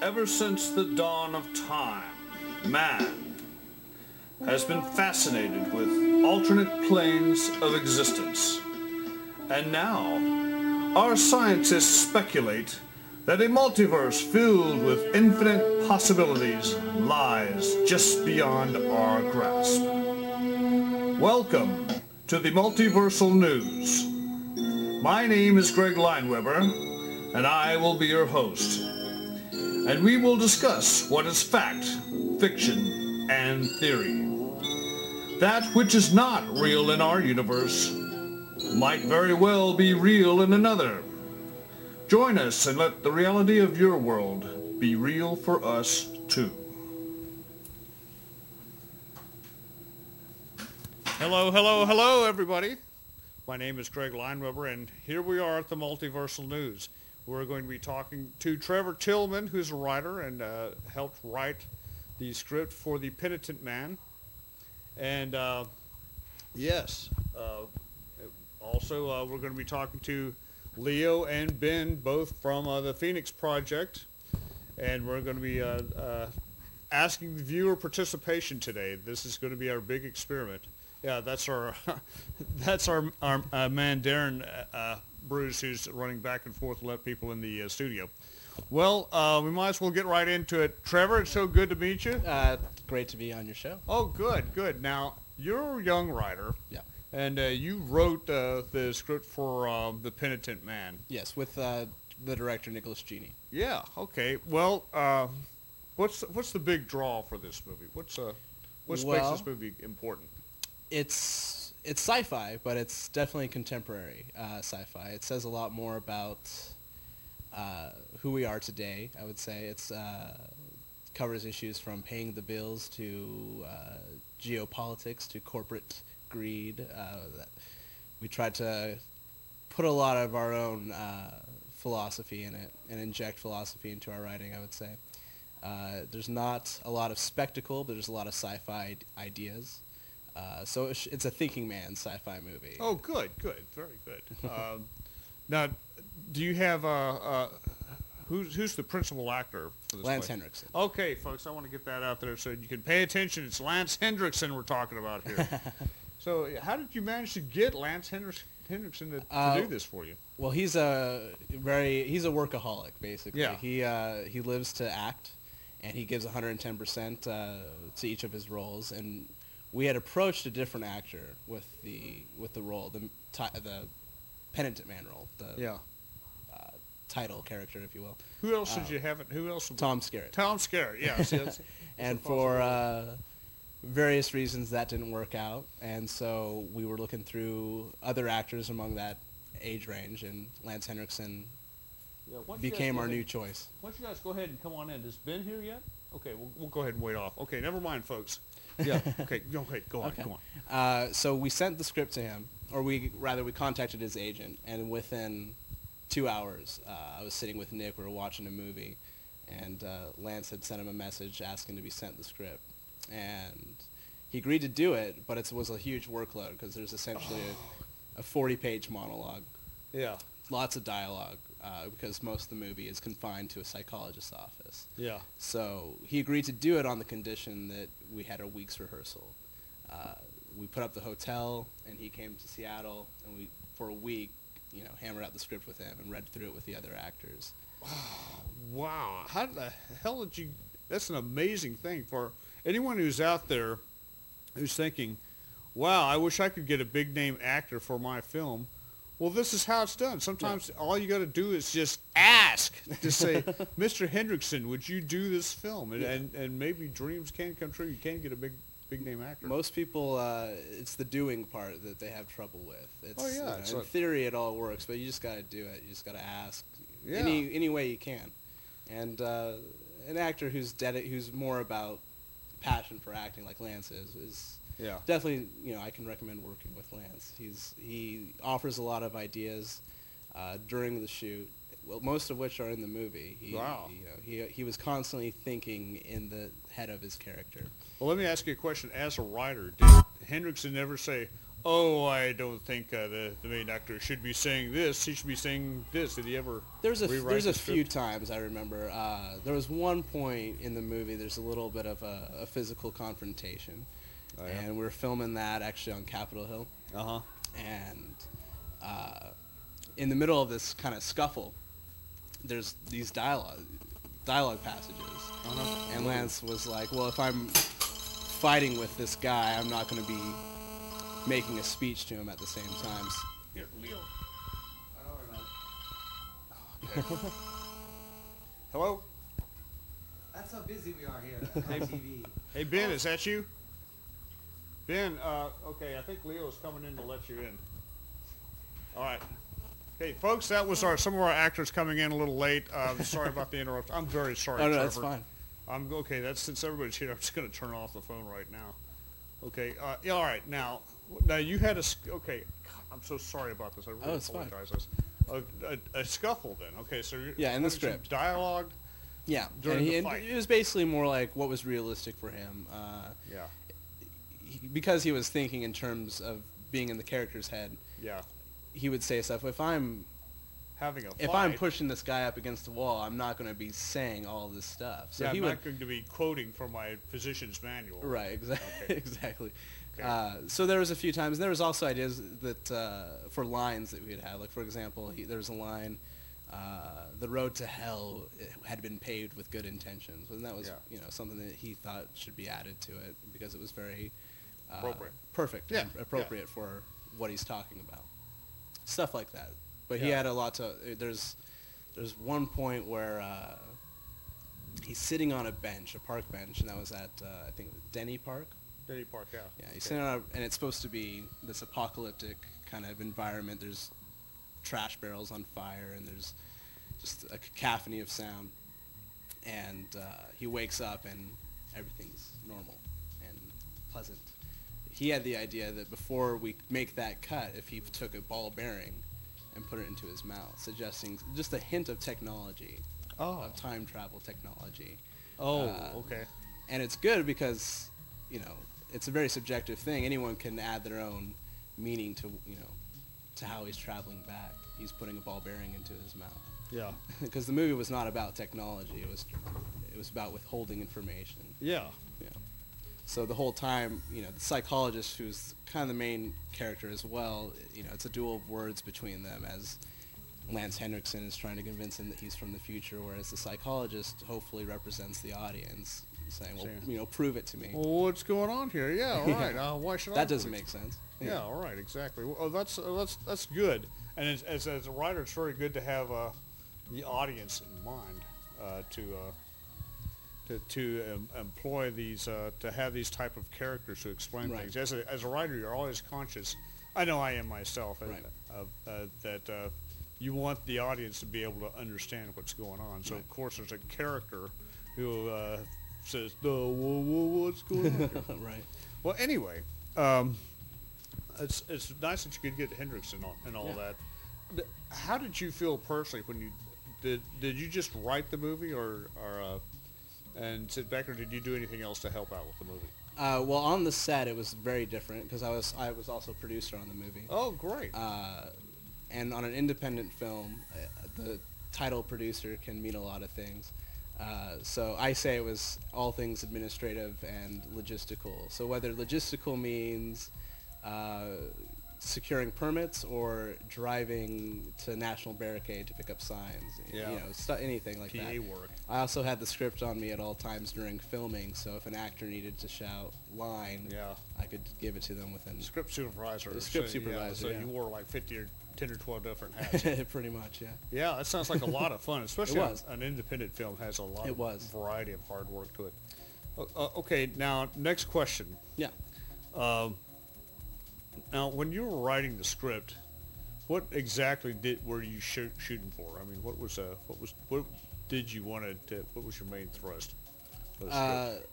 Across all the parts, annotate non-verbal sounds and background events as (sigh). ever since the dawn of time, man has been fascinated with alternate planes of existence. And now, our scientists speculate that a multiverse filled with infinite possibilities lies just beyond our grasp. Welcome to the Multiversal News. My name is Greg Lineweber, and I will be your host. And we will discuss what is fact, fiction, and theory. That which is not real in our universe might very well be real in another. Join us and let the reality of your world be real for us too. Hello, hello, hello, everybody. My name is Greg Lineweber, and here we are at the Multiversal News. We're going to be talking to Trevor Tillman, who's a writer and uh, helped write the script for The Penitent Man. And uh, yes, uh, also, uh, we're going to be talking to Leo and Ben, both from uh, the Phoenix Project, and we're going to be uh, uh, asking viewer participation today. This is going to be our big experiment. Yeah, that's our (laughs) that's our our uh, man Darren uh, uh, Bruce, who's running back and forth, to let people in the uh, studio. Well, uh, we might as well get right into it. Trevor, it's so good to meet you. Uh, great to be on your show. Oh, good, good. Now you're a young writer. Yeah. And uh, you wrote uh, the script for um, The Penitent Man. Yes, with uh, the director Nicholas Genie. Yeah. Okay. Well, uh, what's what's the big draw for this movie? What's uh, what makes Well- this movie important? It's it's sci-fi, but it's definitely contemporary uh, sci-fi. It says a lot more about uh, who we are today. I would say it's uh, covers issues from paying the bills to uh, geopolitics to corporate greed. Uh, that- we tried to put a lot of our own uh, philosophy in it and inject philosophy into our writing. I would say. Uh, there's not a lot of spectacle, but there's a lot of sci-fi id- ideas. Uh, so it's, it's a thinking man sci-fi movie. Oh, good, good, very (laughs) good. um, now, do you have uh, uh, who's who's the principal actor for this? Lance play? Henriksen. Okay, folks, I want to get that out there so you can pay attention. It's Lance Hendrickson we're talking about (laughs) here. so, how did you manage to get Lance Hendrickson, Hendrickson to, to Uh, do this for you? Well, he's a very he's a workaholic basically. Yeah. He uh, he lives to act, and he gives 110 percent uh, to each of his roles. And we had approached a different actor with the with the role, the m- ti- the penitent man role, the Yeah. title character, if you will, Who else did you have? it- Who else? Uh, Tom Skerritt. Tom Scare. Yes. (laughs) yes. and for uh, various reasons that didn't work out and so we were looking through other actors among that age range and lance henriksen Yeah, why don't you guys became go our ahead- new choice Why don't you guys go ahead and come on in? Is Ben here yet? Okay, we'll, we'll go ahead and wait off. Okay, never mind, folks. Yeah. Okay. Go ahead. Go on. Okay. Go on. uh, so we sent the script to him or we rather we contacted his agent and within two hours uh, i was sitting with nick we were watching a movie and uh, lance had sent him a message asking to be sent the script and he agreed to do it but it was a huge workload because there's essentially a, a 40 page monologue Yeah. lots of dialogue uh, because most of the movie is confined to a psychologist's office. Yeah. So he agreed to do it on the condition that we had a week's rehearsal. Uh, we put up the hotel, and he came to Seattle, and we for a week, you know, hammered out the script with him and read through it with the other actors. Wow. How the hell did you? That's an amazing thing for anyone who's out there who's thinking, "Wow, I wish I could get a big name actor for my film." Well, this is how it's done. Sometimes all you got to do is just ask. Just say, "Mr. Hendrickson, would you do this film?" And, and and maybe dreams can come true. You can get a big big name actor. Most people, uh, it's the doing part that they have trouble with. It's, Oh, yeah, you know, it's in like- theory, it all works, but you just got to do it. You just got to ask Yeah. any any way you can. And uh, an actor who's dedi- who's more about passion for acting, like Lance is, is Yeah. definitely you know I can recommend working with Lance. He's he offers a lot of ideas uh, during the shoot. Well, most of which are in the movie. He, Wow. You know, he, he was constantly thinking in the head of his character. Well, let me ask you a question. As a writer, did Hendrickson ever say, oh, I don't think uh, the, the main actor should be saying this. He should be saying this. Did he ever There's a rewrite there's the a few script? times I remember. Uh, there was one point in the movie. There's a little bit of a, a physical confrontation, Oh, yeah? and we were filming that actually on Capitol Hill. Uh-huh. and uh, in the middle of this kind of scuffle, there's these dialogue dialogue passages, and Lance was like, "Well, if I'm fighting with this guy, I'm not going to be making a speech to him at the same time." S- Hello? That's how busy we are (laughs) here on TV. Hey, Ben, is that you? Ben, uh, okay, I think Leo's coming in to let you in. All right. Okay, folks, that was our some of our actors coming in a little late. Uh, sorry about the interruption. I'm very sorry, Oh no, that's Trevor. fine. I'm okay. That's since everybody's here. (laughs) I'm just going to turn off the phone right now. Okay. Uh, yeah, all right. Now, now you had a s- okay. God, I'm so sorry about this. I really Oh, it's fine. apologize. A, a, a scuffle then. Okay. So you're Yeah, in the having some script. dialogue. Yeah, During and, the he, and fight. it was basically more like what was realistic for him. Uh, Yeah. he, because he was thinking in terms of being in the character's head, Yeah. he would say stuff. If I'm Having a if fight. I'm pushing this guy up against the wall, I'm not going to be saying all this stuff. So yeah, he I'm would, not going to be quoting from my physician's manual. right, exactly, Okay. (laughs) exactly. Okay. Uh, so there was a few times. There was also ideas that uh, for lines that we'd have. Like for example, he, there was a line, uh, "The road to hell eh, had been paved with good intentions," and that was Yeah. you know something that he thought should be added to it because it was very uh, Appropriate. perfect, Yeah, and yeah. appropriate for what he's talking about. stuff like that. But he Yeah. had a lot to. There's there's one point where uh, he's sitting on a bench, a park bench, and that was at uh, I think it was Denny Park. Denny Park. Yeah. Yeah, he's sitting on, a, and it's supposed to be this apocalyptic kind of environment. There's trash barrels on fire, and there's just a cacophony of sound. And uh, he wakes up, and everything's normal and pleasant. He had the idea that before we make that cut, if he took a ball bearing and put it into his mouth, suggesting just a hint of technology, Oh. of time travel technology Oh. Uh, okay. and it's good because you know it's a very subjective thing. Anyone can add their own meaning to you know to how he's traveling back. He's putting a ball bearing into his mouth (laughs) Yeah. because the movie was not about technology. It was it was about withholding information. Yeah. Yeah. So the whole time, you know, the psychologist, who's kind of the main character as well, you know, it's a duel of words between them as Lance Henriksen is trying to convince him that he's from the future, whereas the psychologist hopefully represents the audience, saying, well, Sure. you know, prove it to me. Well, what's going on here? Yeah. All (laughs) Yeah. right. Uh, why should I? that doesn't believe- make sense. Yeah, all right, exactly. Well, oh, that's uh, that's that's good. And as, as, as a writer, it's very good to have uh, the audience in mind uh, to, uh, to to em- employ these uh, to have these type of characters to explain Right. things. As a, as a writer, you're always conscious. I know I am myself. and, Right. uh, uh, that uh, you want the audience to be able to understand what's going on. So Right. of course, there's a character who uh, says, "No, whoa, whoa, what's going on?" here?" (laughs) right. Well, anyway, um, it's it's nice that you could get Hendrix and all, and all Yeah. that. Th- How did you feel personally when you did? Did you just write the movie, or or uh, and sit back, or did you do anything else to help out with the movie? Uh, well, on the set, it was very different because I was I was also producer on the movie. Oh, great! uh, and on an independent film, uh, the title producer can mean a lot of things. Uh, so I say it was all things administrative and logistical. So whether logistical means uh, securing permits or driving to National Barricade to pick up signs, Yeah. you know, stu- anything like PA that. work. I also had the script on me at all times during filming, so if an actor needed to shout line, Yeah. I could give it to them within Script supervisor. The script so, yeah, supervisor, so yeah. you wore like fifty or ten or twelve different (laughs) hats. (laughs) pretty much, yeah. yeah, that sounds like a lot of (laughs) fun, especially on- was. an independent film has a lot It of was. variety of hard work to it. O- Uh, okay, now next question. Yeah. Now, when you were writing the script, what exactly did were you shoot, shooting for? I mean, what was uh, what was what did you want to? What was your main thrust? of the Uh, script?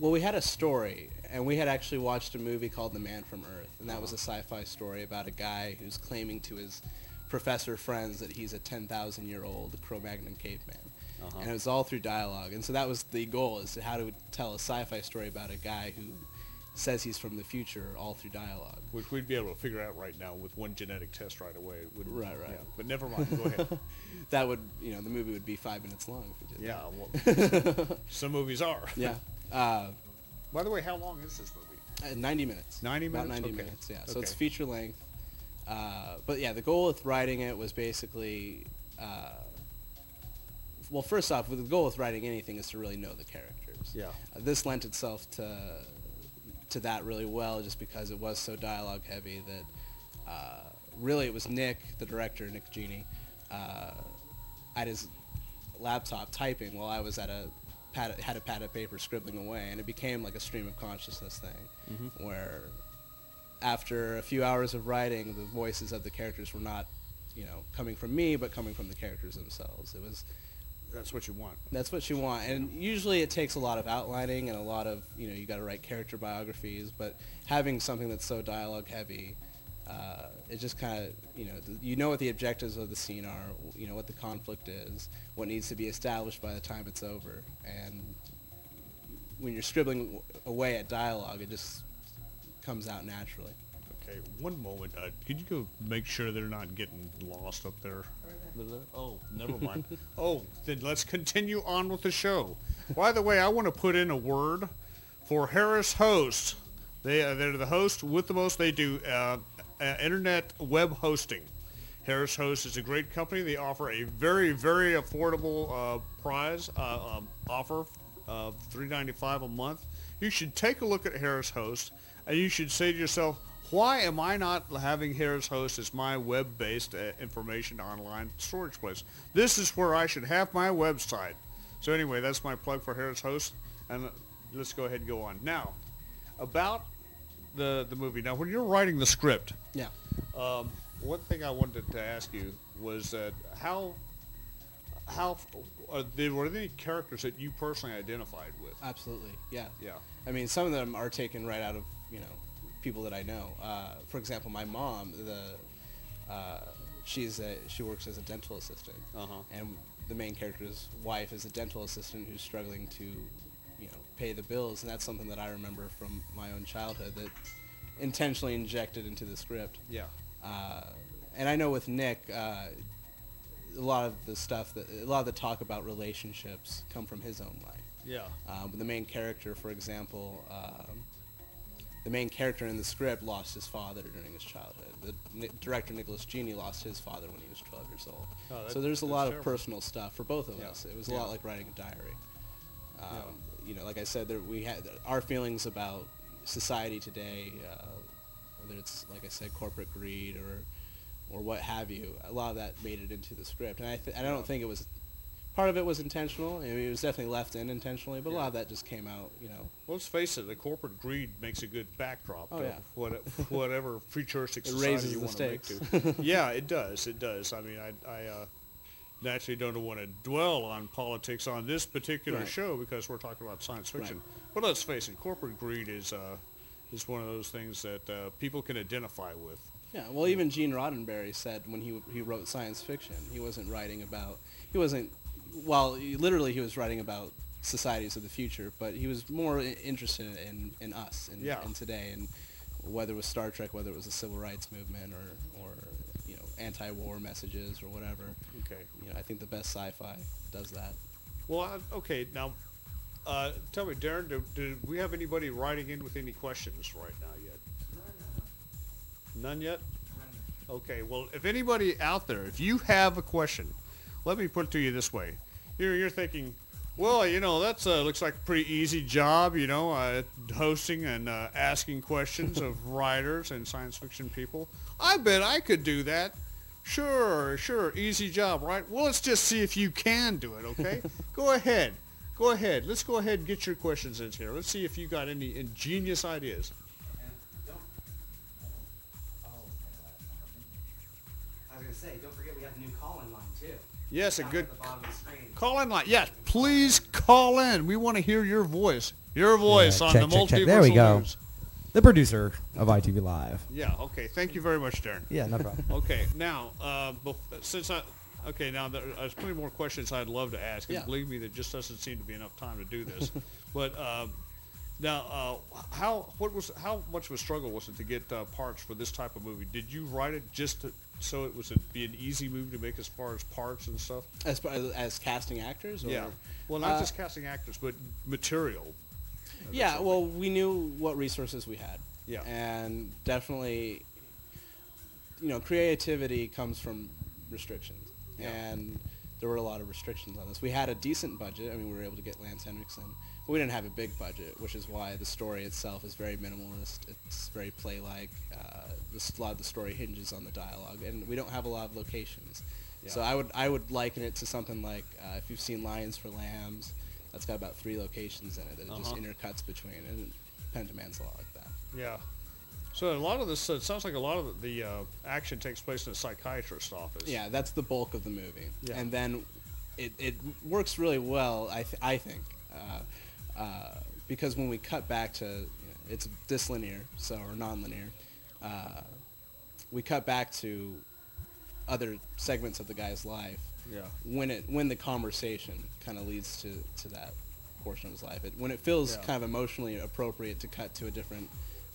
well, we had a story, and we had actually watched a movie called The Man from Earth, and that was a sci-fi story about a guy who's claiming to his professor friends that he's a 10,000-year-old Cro-Magnon caveman. And it was all through dialogue. And so that was the goal, is to how to tell a sci-fi story about a guy who says he's from the future all through dialogue. Which we'd be able to figure out right now with one genetic test right away. It wouldn't- Right, right. yeah, but never mind. Go (laughs) ahead. That would, you know, the movie would be five minutes long if we did. yeah. Well, (laughs) some movies are. Yeah. Uh, By the way, how long is this movie? uh, 90 minutes. 90 About minutes? 90 Okay. minutes, yeah. So it's Okay. feature length. Uh, but yeah, the goal with writing it was basically, uh, well, first off, the goal with writing anything is to really know the characters. Yeah. Uh, this lent itself to to that really well, just because it was so dialogue heavy that uh, really it was Nick, the director, Nick Genie, uh, at his laptop typing while I was at a pad, had a pad of paper scribbling away, and it became like a stream of consciousness thing, where after a few hours of writing, the voices of the characters were not, you know, coming from me, but coming from the characters themselves. It was That's what you want. that's what you want. And usually it takes a lot of outlining and a lot of, you know, you got to write character biographies, but having something that's so dialogue heavy, uh, it just kind of, you know, th- you know what the objectives of the scene are, you know, what the conflict is, what needs to be established by the time it's over. And when you're scribbling w- away at dialogue, it just comes out naturally. Okay, one moment. Uh, could you go make sure they're not getting lost up there? Oh, Never mind. (laughs) oh, then let's continue on with the show. By the way, I want to put in a word for Harris Host. They uh, they're the host with the most. They do uh, uh, internet web hosting. Harris Host is a great company. They offer a very very affordable uh, prize uh, um, offer of three ninety five a month. You should take a look at Harris Host, and you should say to yourself, why am I not having Harris Host as my web-based uh, information online storage place? This is where I should have my website. So anyway, that's my plug for Harris Host, and uh, let's go ahead and go on now about the the movie. Now, when you're writing the script, Yeah. um, one thing I wanted to ask you was that how how uh, there were there any characters that you personally identified with? Absolutely. Yeah. Yeah. I mean, some of them are taken right out of you know people that I know. Uh, for example, my mom, the uh, she's a, she works as a dental assistant, Uh-huh. and the main character's wife is a dental assistant who's struggling to you know pay the bills, and that's something that I remember from my own childhood that intentionally injected into the script. Yeah. Uh, and I know with Nick, uh, a lot of the stuff that a lot of the talk about relationships come from his own life. Yeah. Um, but the main character, for example, um, the main character in the script lost his father during his childhood. The ni- director Nicholas Genie lost his father when he was 12 years old. Oh, that- so there's a that's lot of terrible. personal stuff for both of Yeah. us. It was a Yeah. lot like writing a diary. Um, You know, like I said, there, we had our feelings about society today, uh, whether it's like I said, corporate greed or or what have you. A lot of that made it into the script, and I th- and I don't think it was part of it was intentional. I mean, it was definitely left in intentionally, but a lot of that just came out. You know, Well, let's face it, the corporate greed makes a good backdrop Oh, of yeah. (laughs) what, whatever futuristic It society raises you the want to (laughs) make to. yeah, it does. It does. I mean, I, I uh, naturally don't want to dwell on politics on this particular Right. show because we're talking about science Right. fiction. But let's face it, corporate greed is, uh, is one of those things that uh, people can identify with. Yeah, well, even Gene Roddenberry said when he he wrote science fiction, he wasn't writing about he wasn't well, he- literally he was writing about societies of the future, but he was more i- interested in in us and Yeah. and today and whether it was Star Trek, whether it was the civil rights movement or or you know anti-war messages or whatever. Okay. You know, I think the best sci-fi does that. Well, I, okay, now uh, tell me, Darren, do, do we have anybody writing in with any questions right now yet? None yet? Okay, well, if anybody out there, if you have a question, let me put it to you this way. You're, you're thinking, well, you know, that's uh, looks like a pretty easy job, you know, uh, hosting and uh, asking questions of writers and science fiction people. I bet I could do that. Sure, sure, easy job, right? Well, let's just see if you can do it, okay? go ahead. Go ahead. Let's go ahead and get your questions in here. Let's see if you got any ingenious ideas. And don't. Oh, I was gonna say, don't forget we have the new call-in line too. Yes, a Down good At the bottom of the screen. Call in line. Yes, please call in. We want to hear your voice. Your voice Yeah, on check, the check, multiversal check. There we go. news. The producer of ITV Live. Yeah. Okay. Thank you very much, Darren. Yeah, no problem. Okay. Now, uh, bef- since I, okay, now there, there's plenty more questions I'd love to ask, and Yeah. (laughs) believe me, there just doesn't seem to be enough time to do this. but um, Now, uh, how what was how much of a struggle was it to get uh, parts for this type of movie? Did you write it just to, so it was a, be an easy movie to make as far as parts and stuff? As far as, as casting actors, or, yeah. Well, not Uh, just casting actors, but material. yeah. Well, we knew what resources we had. Yeah. And definitely, you know, creativity comes from restrictions, Yeah. and there were a lot of restrictions on this. We had a decent budget. I mean, we were able to get Lance Henriksen, but we didn't have a big budget, which is why the story itself is very minimalist. It's very play-like. Uh, this a lot of the story hinges on the dialogue, and we don't have a lot of locations. So I would I would liken it to something like uh, if you've seen Lions for Lambs, that's got about three locations in it that it just Uh-huh. intercuts between, and Pentaman's a lot like that. Yeah. So a lot of this, it sounds like a lot of the uh, action takes place in a psychiatrist's office. Yeah, that's the bulk of the movie. Yeah. And then it, it works really well, I, th- I think, uh, uh, because when we cut back to, you know, it's dislinear, so, or nonlinear, uh, we cut back to other segments of the guy's life. Yeah. When it when the conversation kind of leads to, to that portion of his life, it, when it feels Yeah. kind of emotionally appropriate to cut to a different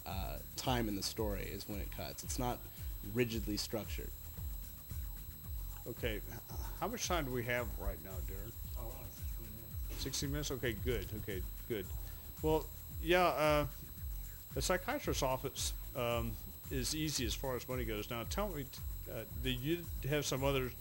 uh, time in the story is when it cuts. It's not rigidly structured. Okay. h- How much time do we have right now, Darren? Oh, wow, it's cool, yeah. 60 minutes? Okay, good. Okay, good. Well, yeah, uh, the psychiatrist's office um, is easy as far as money goes. Now, tell me, uh, did you have some other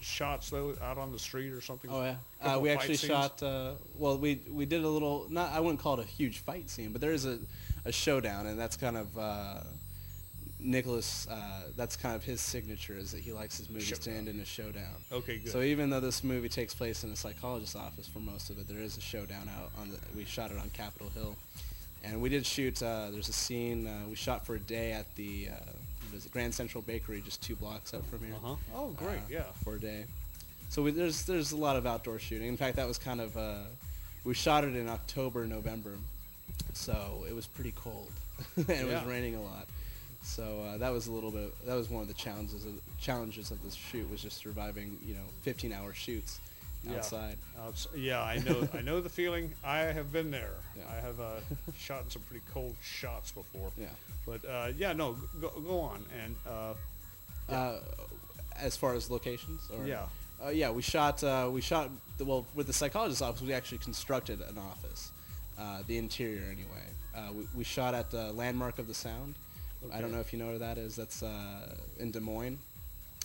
shots, though, out on the street or something? Oh yeah, uh, Couple we fight actually scenes? shot. Uh, well, we we did a little. Not I wouldn't call it a huge fight scene, but there is a, a showdown, and that's kind of uh, Nicholas. Uh, that's kind of his signature is that he likes his movies to Showdown. end in a showdown. Okay, good. So even though this movie takes place in a psychologist's office for most of it, there is a showdown out on the. We shot it on Capitol Hill, and we did shoot. Uh, there's a scene uh, we shot for a day at the. Uh, what is it, Grand Central Bakery, just two blocks up from here Uh-huh. Oh, great, uh, yeah. for a day. So we, there's there's a lot of outdoor shooting. In fact, that was kind of uh, we shot it in October, November, so it was pretty cold (laughs) and it Yeah. was raining a lot. So uh, that was a little bit. That was one of the challenges of challenges of this shoot was just surviving. You know, 15 hour shoots Yeah. outside. Outs- yeah, I know. I know the feeling. I have been there. Yeah. I have uh, shot some pretty cold shots before. Yeah. But uh, yeah, no, g- go, go on and uh, Uh, as far as locations, or Yeah. uh, yeah, we shot uh, we shot the, well with the psychologist's office. We actually constructed an office, uh, the interior anyway. Uh, we, we shot at the landmark of the sound. I don't know if you know where that is. That's uh, in Des Moines,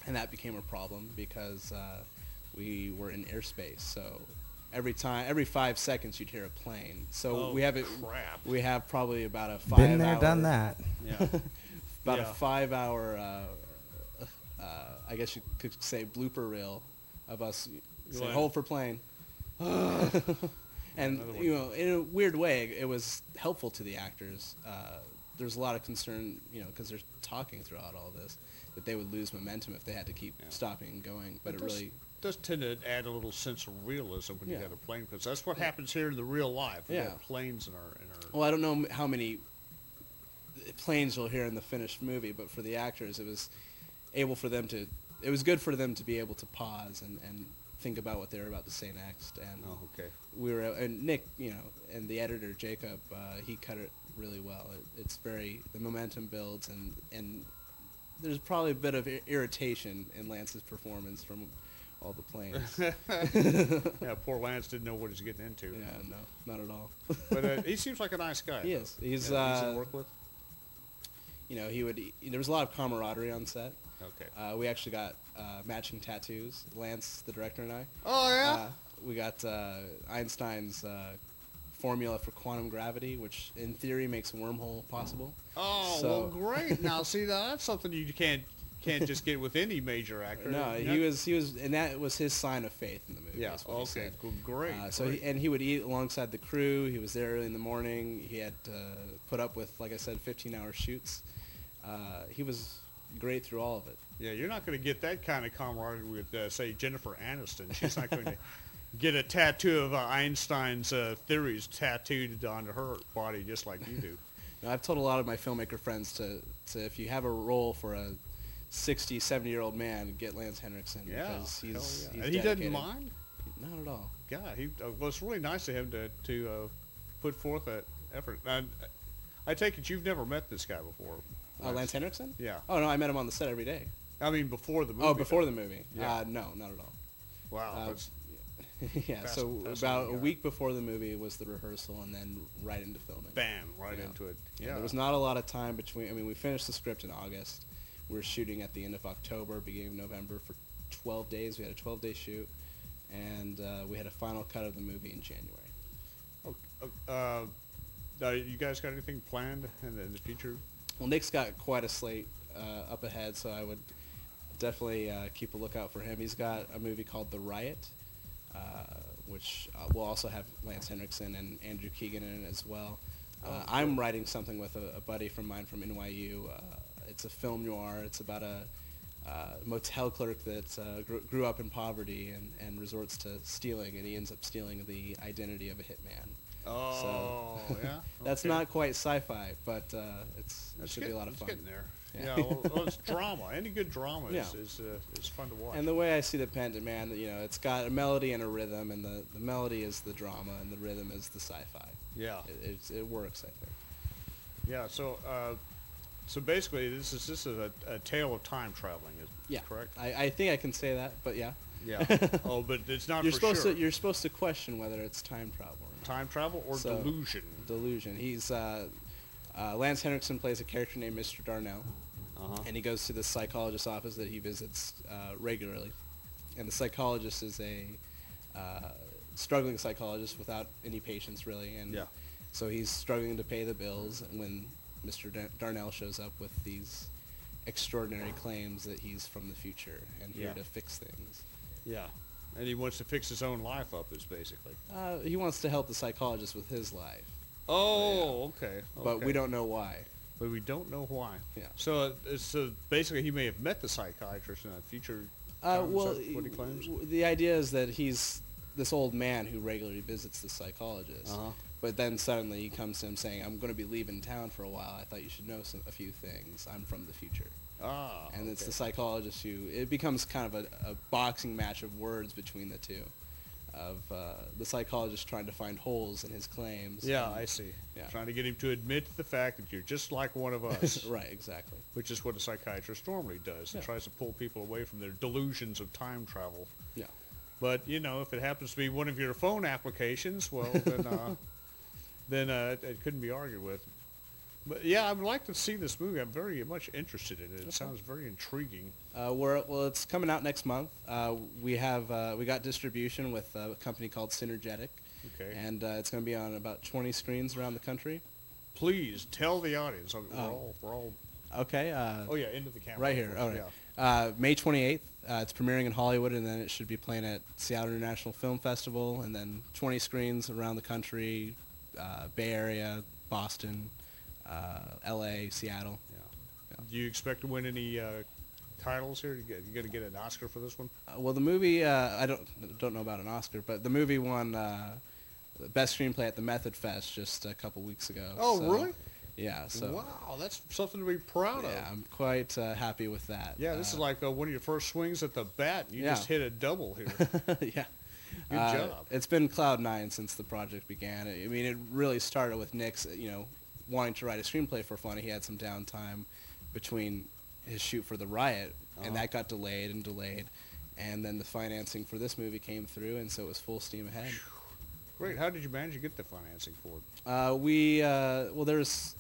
and that became a problem because uh, we were in airspace. So every time, every five seconds, you'd hear a plane. So Oh, we have it. crap. We have probably about a five. (laughs) Been there, done hour- that. (laughs) yeah, about Yeah. a five hour uh, uh, I guess you could say blooper reel of us saying, Right. hold for (laughs) plane and Another one. you know in a weird way it was helpful to the actors uh, there's a lot of concern you know because they're talking throughout all this that they would lose momentum if they had to keep Yeah. stopping and going but it, does, really does tend to add a little sense of realism when you Yeah. got a plane because that's what happens here in the real life. We Yeah. got planes in our in our. well I don't know m- how many planes you'll hear in the finished movie but for the actors it was able for them to it was good for them to be able to pause and, and think about what they were about to say next and Oh, okay. we were and Nick, you know, and the editor Jacob, uh, he cut it really well. It, it's very the momentum builds and and there's probably a bit of ir- irritation in Lance's performance from all the (laughs) planes. yeah, Yeah, poor Lance didn't know what he's getting into. no, not at all. (laughs) But uh, he seems like a nice guy. he though. is. He's Yeah, easy uh, to work with. you know, he would. There was a lot of camaraderie on set. Okay. Uh, we actually got uh, matching tattoos. Lance, the director, and I. oh yeah. Uh, we got uh, Einstein's uh, formula for quantum gravity, which in theory makes a wormhole possible. Oh So- well, (laughs) great. Now see, now that's something you can't can't just get with any major actor. No, he was he was, and that was his sign of faith in the movie. Yeah. is what he Okay. said. Well, great. Uh, so great. he, and he would eat alongside the crew. He was there early in the morning. He had uh, put up with, like I said, 15-hour shoots. Uh, he was great through all of it. yeah, you're not going to get that kind of camaraderie with, uh, say, Jennifer Aniston. She's not going to get a tattoo of uh, Einstein's uh, theories tattooed onto her body just like you (laughs) do. Now, I've told a lot of my filmmaker friends to, to if you have a role for a 60, 70-year-old man, get Lance Henriksen Yeah. because hell he's, yeah. he's and he doesn't dedicated. mind. Not at all. God, he uh, well, it's really nice of him to to uh, put forth that effort. I, I take it you've never met this guy before. Uh, Lance Henriksen? Yeah. Oh no, I met him on the set every day. I mean, before the movie. oh, before the movie? Yeah. Uh, no, not at all. (laughs) Wow. uh, that's, yeah. Fast- so fast about a moving guy. week before the movie was the rehearsal, and then right into filming. bam! Right yeah. into it. Yeah, Yeah. There was not a lot of time between. I mean, we finished the script in August. We were shooting at the end of October, beginning of November for 12 days. We had a 12-day shoot, and uh, we had a final cut of the movie in January. Oh, oh, uh, now, you guys got anything planned in the, in the future? Well, Nick's got quite a slate uh, up ahead, so I would definitely uh, keep a lookout for him. He's got a movie called The Riot, uh, which uh, will also have Lance Henriksen and Andrew Keegan in it as well. Uh, Oh, I'm writing something with a, a buddy from mine from NYU. Uh, it's a film noir. It's about a uh, motel clerk that uh, grew, grew up in poverty and, and resorts to stealing, and he ends up stealing the identity of a hitman. Oh, (laughs) yeah. That's Okay. not quite sci-fi, but uh, it's, it That's should be getting- a lot of it's fun. Getting there. Yeah. Yeah. well, well, (laughs) it's drama. Any good drama is Yeah. is, uh, is fun to watch. And the way I see the Panda Man, you know, it's got a melody and a rhythm, and the, the melody is the drama, and the rhythm is the sci-fi. yeah. It, it's, it works, I think. Yeah. So, uh, so basically, this is this is a, a tale of time traveling. Is Yeah, correct? I, I think I can say that, but yeah, (laughs) Yeah. oh, but it's not you're for supposed sure. to you're supposed to question whether it's time travel or not. time travel or So- delusion. delusion. He's uh, uh, Lance Henriksen plays a character named Mr. Darnell, Uh-huh. and he goes to the psychologist's office that he visits uh, regularly, and the psychologist is a uh, struggling psychologist without any patients really, and Yeah. so he's struggling to pay the bills. And when Mr. Dar- Darnell shows up with these extraordinary claims that he's from the future and here Yeah. to fix things. Yeah. And he wants to fix his own life up. Is basically. Uh, he wants to help the psychologist with his life, Oh, okay. but okay. we don't know why. But we don't know why. Yeah. So, uh, so basically, he may have met the psychiatrist in a future. Uh, time, is well, that what he claims. w- the idea is that he's this old man who regularly visits the psychologist, Uh-huh. but then suddenly he comes to him saying, "I'm going to be leaving town for a while. I thought you should know some, a few things. I'm from the future." Ah. and it's okay. the psychologist who it becomes kind of a, a boxing match of words between the two, of uh, the psychologist trying to find holes in his claims. Yeah, and- I see. Yeah. Trying to get him to admit the fact that you're just like (laughs) one of us, right, exactly. which is what a psychiatrist normally does. It Yeah. tries to pull people away from their delusions of time travel. Yeah. But you know, if it happens to be one of your phone applications, well, then (laughs) uh, then uh, it, it couldn't be argued with. But yeah, I'd like to see this movie. I'm very much interested in it. It sounds very intriguing. Uh, we're, well, it's coming out next month. Uh, we have uh, we got distribution with uh, a company called Synergetic, Okay. and uh, it's going to be on about 20 screens around the country. Please tell the audience. I mean, we're Oh. all we're all. Okay, uh, Oh yeah, into the camera. right of here. course, All right. Uh, May 28th, uh, it's premiering in Hollywood, and then it should be playing at Seattle International Film Festival, and then 20 screens around the country, uh, Bay Area, Boston, uh, L.A., Seattle. Yeah. Yeah. yeah. Do you expect to win any uh, titles here? You, get, you gonna get an Oscar for this one? Uh, well, the movie uh, I don't don't know about an Oscar, but the movie won uh, the best screenplay at the Method Fest just a couple weeks ago. Oh, so- really? Yeah. So wow, that's something to be proud yeah, of. I'm quite uh, happy with that. Yeah, this is like uh, one of your first swings at the bat. You Yeah. just hit a double (laughs) here. like yeah. Good Uh, job. It's been cloud nine since the project began. I I mean, it really started with Nick's, uh, you know, wanting to write a screenplay for fun. He had some downtime between his shoot for the riot, Uh-huh. and that got delayed and delayed, and then the financing for this movie came through, and so it was full steam ahead. Great. How did you manage to get the financing for it? Uh, we uh, well, there's,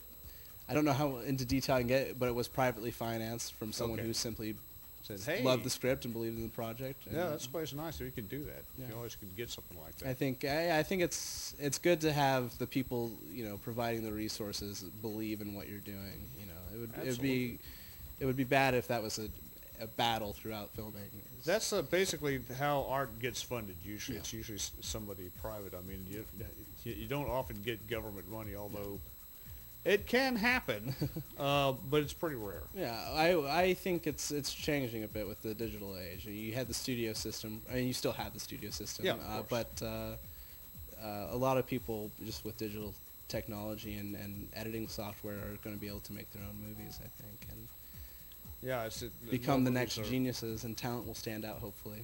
I don't know how into detail I can get, but it was privately financed from someone Okay. who simply Said, hey, loved the script and believed in the project. and- yeah, that's quite nice. If you can do that, Yeah. you always can get something like that. I think I, I think it's it's good to have the people you know providing the resources believe in what you're doing. You know, it would it would be Absolutely. it would be bad if that was a, a battle throughout filming. That's uh, basically how art gets funded. Usually, Yeah. it's usually s- somebody private. I mean, you you you don't often get government money, although it can happen, (laughs) uh, but it's pretty rare. yeah, I I think it's it's changing a bit with the digital age. You had the studio system, I mean, you still have the studio system, Yeah, of uh, course. but uh, uh, a lot of people just with digital technology and, and editing software are going to be able to make their own movies. I think and Yeah, it's it, become the movies next are- geniuses, and talent will stand out. Hopefully.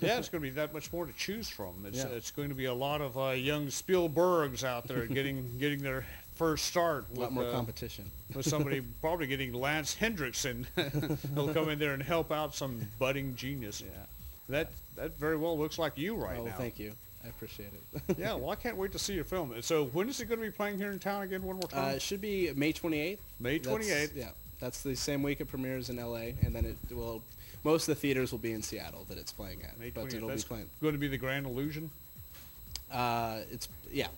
yeah, (laughs) it's going to be that much more to choose from. It's, Yeah. it's going to be a lot of uh, young Spielbergs out (laughs) there getting getting their first start. A lot with, more uh, competition. with (laughs) somebody probably getting Lance Hendrickson. (laughs) He'll come in there and help out some budding genius. Yeah. That that very well looks like you right oh, now. thank you. I appreciate it. Yeah, well, I can't wait to see your film. So when is it going to be playing here in town again one more uh, time? it should be May 28th. May That's- 28th. Yeah, that's the same week it premieres in LA, and then it will. Most of the theaters will be in Seattle that it's playing at, May but 28th. it'll That's be playing. going to be the Grand Illusion. Uh, it's yeah,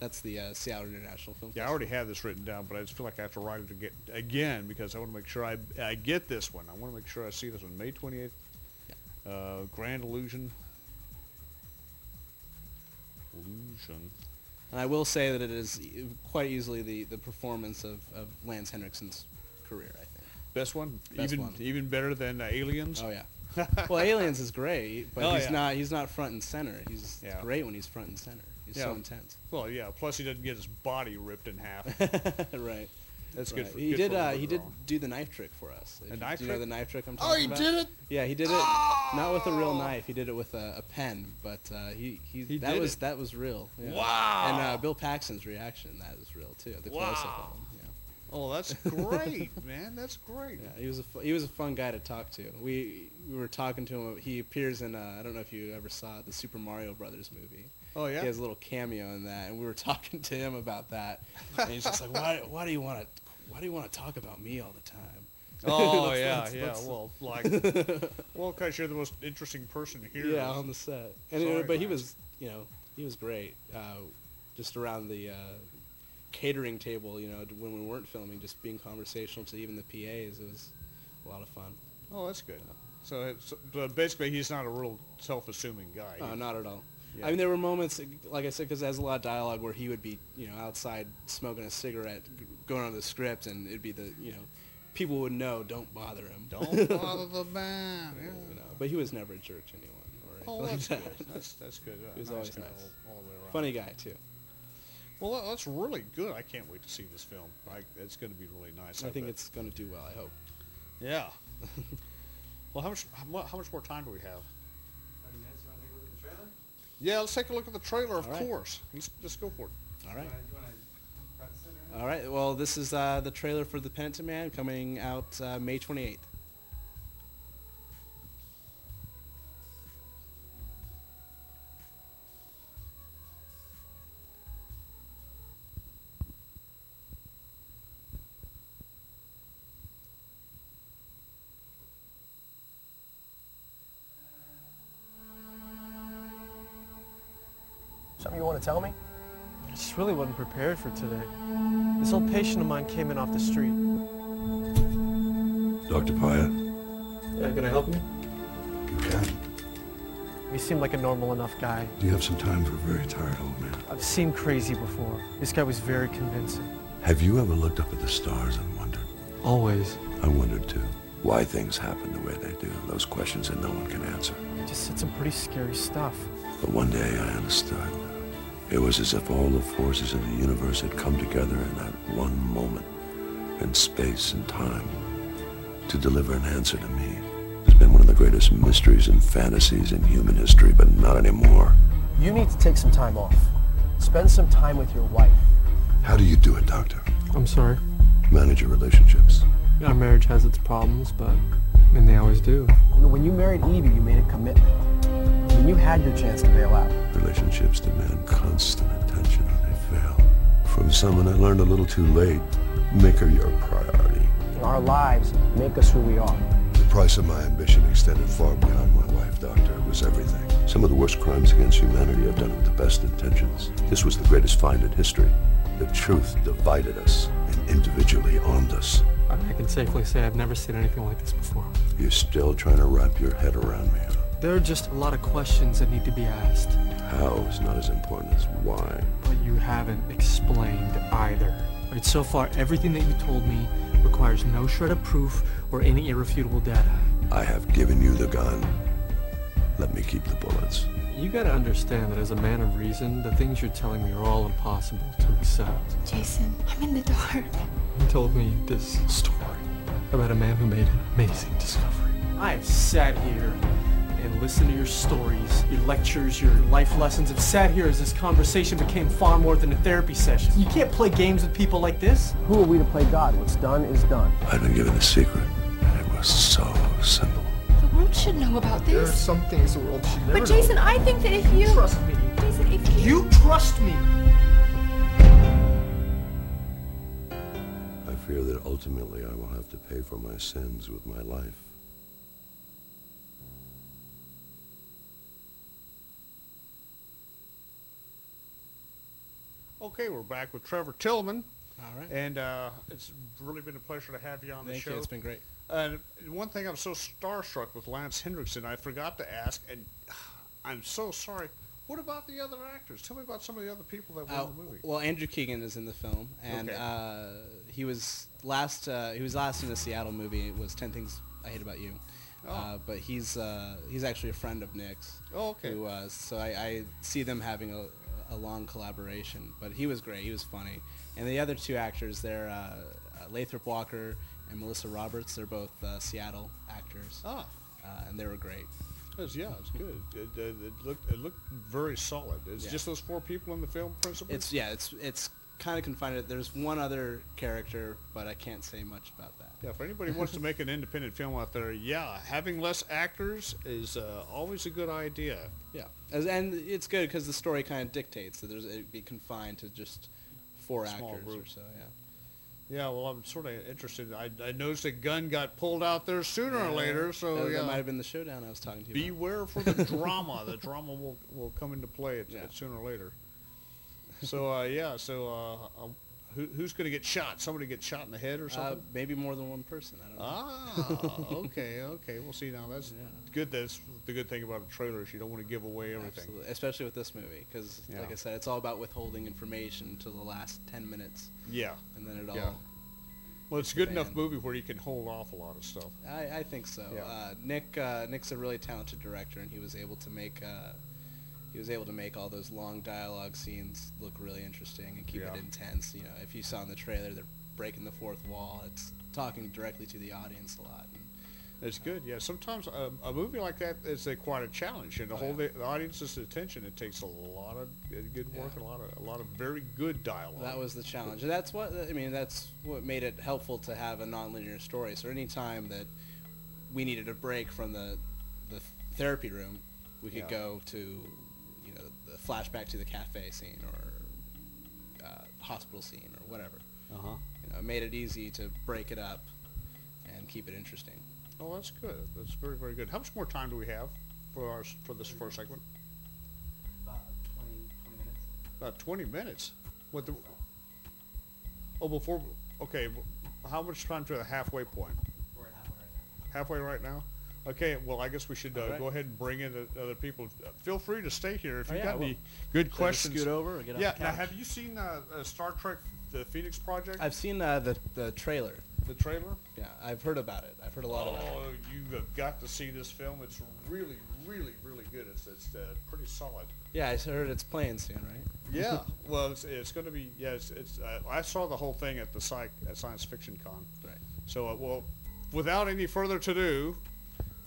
that's the uh, Seattle International Film. Yeah, I already have this written down, but I just feel like I have to write it again, again because I want to make sure I, I get this one. I want to make sure I see this one. May 28th, uh, Grand Illusion. Illusion. And I will say that it is e- quite easily the, the performance of, of Lance Henriksen's career, I think. Best one? Best even one. even better than uh, Aliens? (laughs) Oh yeah. well, Aliens is great, but Oh, he's yeah. not he's not front and center. He's Yeah. great when he's front and center. He's so Yeah. intense. Well, yeah. Plus, he doesn't get his body ripped in half. (laughs) right. That's good. Right. For, he good did. for uh, Lord he did Rowan. do the knife trick for us. If you- knife do you know trick? the knife trick I'm talking about? Oh, he did it. Yeah, he did it. Not with a real knife. He did it with a, a pen. But uh, he, he Oh. He that did was it. that was real. Wow. And uh, Bill Paxton's reaction that was real too. The close-up of him. Yeah. Oh, that's great, man. That's great. Yeah, he was a fu- he was a fun guy to talk to. We we were talking to him. He appears in uh, I don't know if you ever saw the Super Mario Brothers movie. Oh, yeah? He has a little cameo in that, and we were (laughs) talking to him about that. And he's just like, why why do you want to why do you want to talk about me all the time? (laughs) Oh, yeah, yeah. well, like, well, because you're the most interesting person here. Yeah, on the set. And uh, Sorry, but he Lance. was you know he was great. Uh, just around the uh, catering table, you know, when we weren't filming, just being conversational to even the PAs, it was a lot of fun. Oh, that's good. So, it's, so basically, he's not a real self-assuming guy. Oh, not at all. Uh, Yeah. I mean, there were moments, like I said, because there's a lot of dialogue where he would be, you know, outside smoking a cigarette, g- going on the script, and it'd be the, you know, people would know, don't bother him. (laughs) Don't bother the man. Yeah. You know, but he was never a jerk to anyone. Or anything Oh, like that's good. (laughs) that. That's that's good. Uh, He was nice always guy nice. All, all the way around. Funny guy too. Well, that- that's really good. I can't wait to see this film. Like, it's going to be really nice. I think bet. it's going to do well. I hope. (laughs) yeah. well, how much how mu- how much more time do we have? Thirty minutes, you wanna take a look at the trailer? Yeah, let's take a look at the trailer. Of All right. course, let's just go for it. All Uh, right. you wanna preface it or anything? All right. Well, this is uh, the trailer for The Penitent Man coming out uh, May 28th. Something you want to tell me? I just really wasn't prepared for today. This old patient of mine came in off the street. Dr. Pyatt, can I help you? you can. He seemed like a normal enough guy. Do you have some time for a very tired old man? I've seen crazy before. This guy was very convincing. Have you ever looked up at the stars and wondered? Always. I wondered too. Why things happen the way they do, those questions that no one can answer. He just said some pretty scary stuff. But one day I understood. It was as if all the forces in the universe had come together in that one moment, in space and time, to deliver an answer to me. It's been one of the greatest mysteries and fantasies in human history, but not anymore. You need to take some time off. Spend some time with your wife. How do you do it, Doctor? I'm sorry. Manage your relationships. Our marriage has its problems, but I mean they always do. You know, when you married Evie, you made a commitment. When you had your chance to bail out, Relationships demand constant attention or they fail. From someone I learned a little too late, make her your priority. you know, our lives make us who we are. The price of my ambition extended far beyond my wife, Doctor. It was everything. Some of the worst crimes against humanity are done with the best intentions. This was the greatest find in history. The truth divided us and individually armed us. I, I can safely say I've never seen anything like this before. You're still trying to wrap your head around me. huh? There are just a lot of questions that need to be asked, How is not as important as why. but you haven't explained either. Right, so far, everything that you told me requires no shred of proof or any irrefutable data. I have given you the gun. Let me keep the bullets. You gotta understand that as a man of reason, the things you're telling me are all impossible to accept. Jason, I'm in the dark. You told me this story about a man who made an amazing discovery. I have sat here and listened to your stories, your lectures, your life lessons, and sat here as this conversation became far more than a therapy session. You can't play games with people like this. Who are we to play God? What's done is done. I've been given a secret, and it was so simple. The world should know about There are this. some things the world should never But Jason, I think that if you Trust me. Jason, if you You trust me. I fear that ultimately I will have to pay for my sins with my life. Okay, we're back with Trevor Tillman. All right. And uh, it's really been a pleasure to have you on the Thank show. you. It's been great. And one thing I'm so starstruck with Lance Hendrickson, I forgot to ask, and (sighs) I'm so sorry. What about the other actors? Tell me about some of the other people that were Uh, in the movie. well, Andrew Keegan is in the film, and Okay. uh, he was last. Uh, he was last in the Seattle movie. It was Ten Things I Hate About You. Uh, but he's uh, he's actually a friend of Nick's. Oh, okay. Who, uh, so I, I see them having a, a long collaboration. But he was great. He was funny. And the other two actors, they're uh, uh, Lathrop Walker and Melissa Roberts. They're both uh, Seattle actors. Ah. Uh, and they were great. It's- yeah, it's good. It, it, it looked it looked very solid. It's Yeah. just those four people in the film, principally. It's yeah. It's it's kind of confined. There's one other character, but I can't say much about that. yeah. If anybody wants to make an independent film out there, yeah, having less actors is uh, always a good idea. Yeah, As, and it's good because the story kind of dictates that there's it'd be confined to just four Small actors group. or so. Yeah. Yeah, well, I'm sort of interested. I, I noticed a gun got pulled out there sooner or Yeah. later, so that, yeah. that might have been the showdown I was talking to you. about. Beware for (laughs) the drama. The drama will, will come into play at, Yeah. at sooner or later. So uh, yeah, so uh, uh, who, who's going to get shot? Somebody get shot in the head or Uh, something? maybe more than one person. I don't know. (laughs) ah, okay, okay. We'll see. Now that's Yeah. good. That's the good thing about a trailer is you don't want to give away everything. Absolutely. Especially with this movie, because Yeah. like I said, it's all about withholding information until the last ten minutes, Yeah. and then it Yeah. all. Well, it's a good enough Man. movie where you can hold off a lot of stuff. I, I think so. Yeah. Uh, Nick uh, Nick's a really talented director, and he was able to make uh, he was able to make all those long dialogue scenes look really interesting and keep Yeah. it intense. You know, if you saw in the trailer, they're breaking the fourth wall. It's talking directly to the audience a lot. And It's good. Yeah. Sometimes a, a movie like that is a, quite a challenge, and to Oh, hold yeah. the, the audience's attention, it takes a lot of good- good work, Yeah. a lot of a lot of very good dialogue. that was the challenge. And That's what I mean. That's what made it helpful to have a nonlinear story. So any time that we needed a break from the the therapy room, we could Yeah. go to you know the flashback to the cafe scene or uh, hospital scene or whatever. Uh huh. You know, it made it easy to break it up and keep it interesting. Oh, that's good. That's very, very good. How much more time do we have for our s- for this first segment? About 20, 20 minutes. About twenty minutes. What the? Oh, before. Okay, wh- how much time to the halfway point? We're at halfway right now. Halfway right now. Okay. Well, I guess we should uh, All right. go ahead and bring in the other people. Uh, Feel free to stay here if Oh, you yeah, I got any will. good Should I just questions. scoot over or get on yeah. the Now, couch? have you seen uh, uh, Star Trek: The Phoenix Project? I've seen uh, the the trailer. the trailer. Yeah, I've heard about it. I've heard a lot about it. Oh, you have got to see this film. It's really, really, really good. It's it's uh, pretty solid. Yeah, I heard it's playing soon, right? Yeah, (laughs) well, it's, it's going to be. Yeah, it's. it's uh, I saw the whole thing at the sci- at science fiction con. Right. So, uh, well, without any further to do,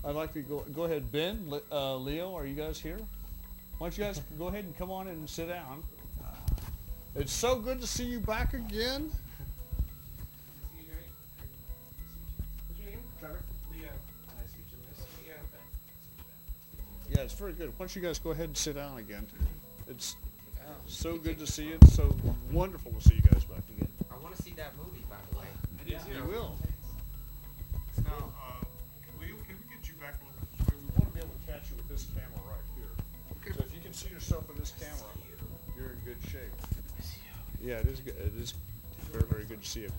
I'd like to go go ahead. Ben, Le- uh, Leo, are you guys here? Why don't you (laughs) guys go ahead and come on in and sit down? It's so good to see you back again. What's your name? Trevor? Leo. Nice to meet you, Leo. Yeah, it's very good. Why don't you guys go ahead and sit down again? It's so good to see you. It's so wonderful to see you guys back again. I want to see that movie, by the way. You will. Now, uh, Leo, can we get you back a little bit? We want to be able to catch you with this camera right here. So if you can see yourself in this camera, you're in good shape. Yeah, it is good. It is very, very good to see you.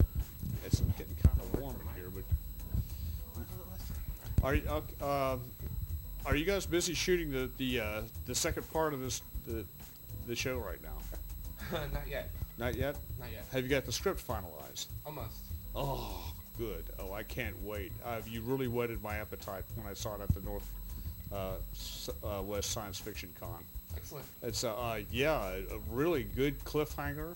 It's getting kind of warm in here, but are you ok- um are you guys busy shooting the the uh, the second part of this the the show right now? Not yet. Not yet. Not yet. Have you got the script finalized? Almost. Oh, good. Oh, I can't wait. Uh, you really whetted my appetite when I saw it at the North uh, S- uh, West Science Fiction Con. Excellent. It's uh, uh, yeah, a a really good cliffhanger,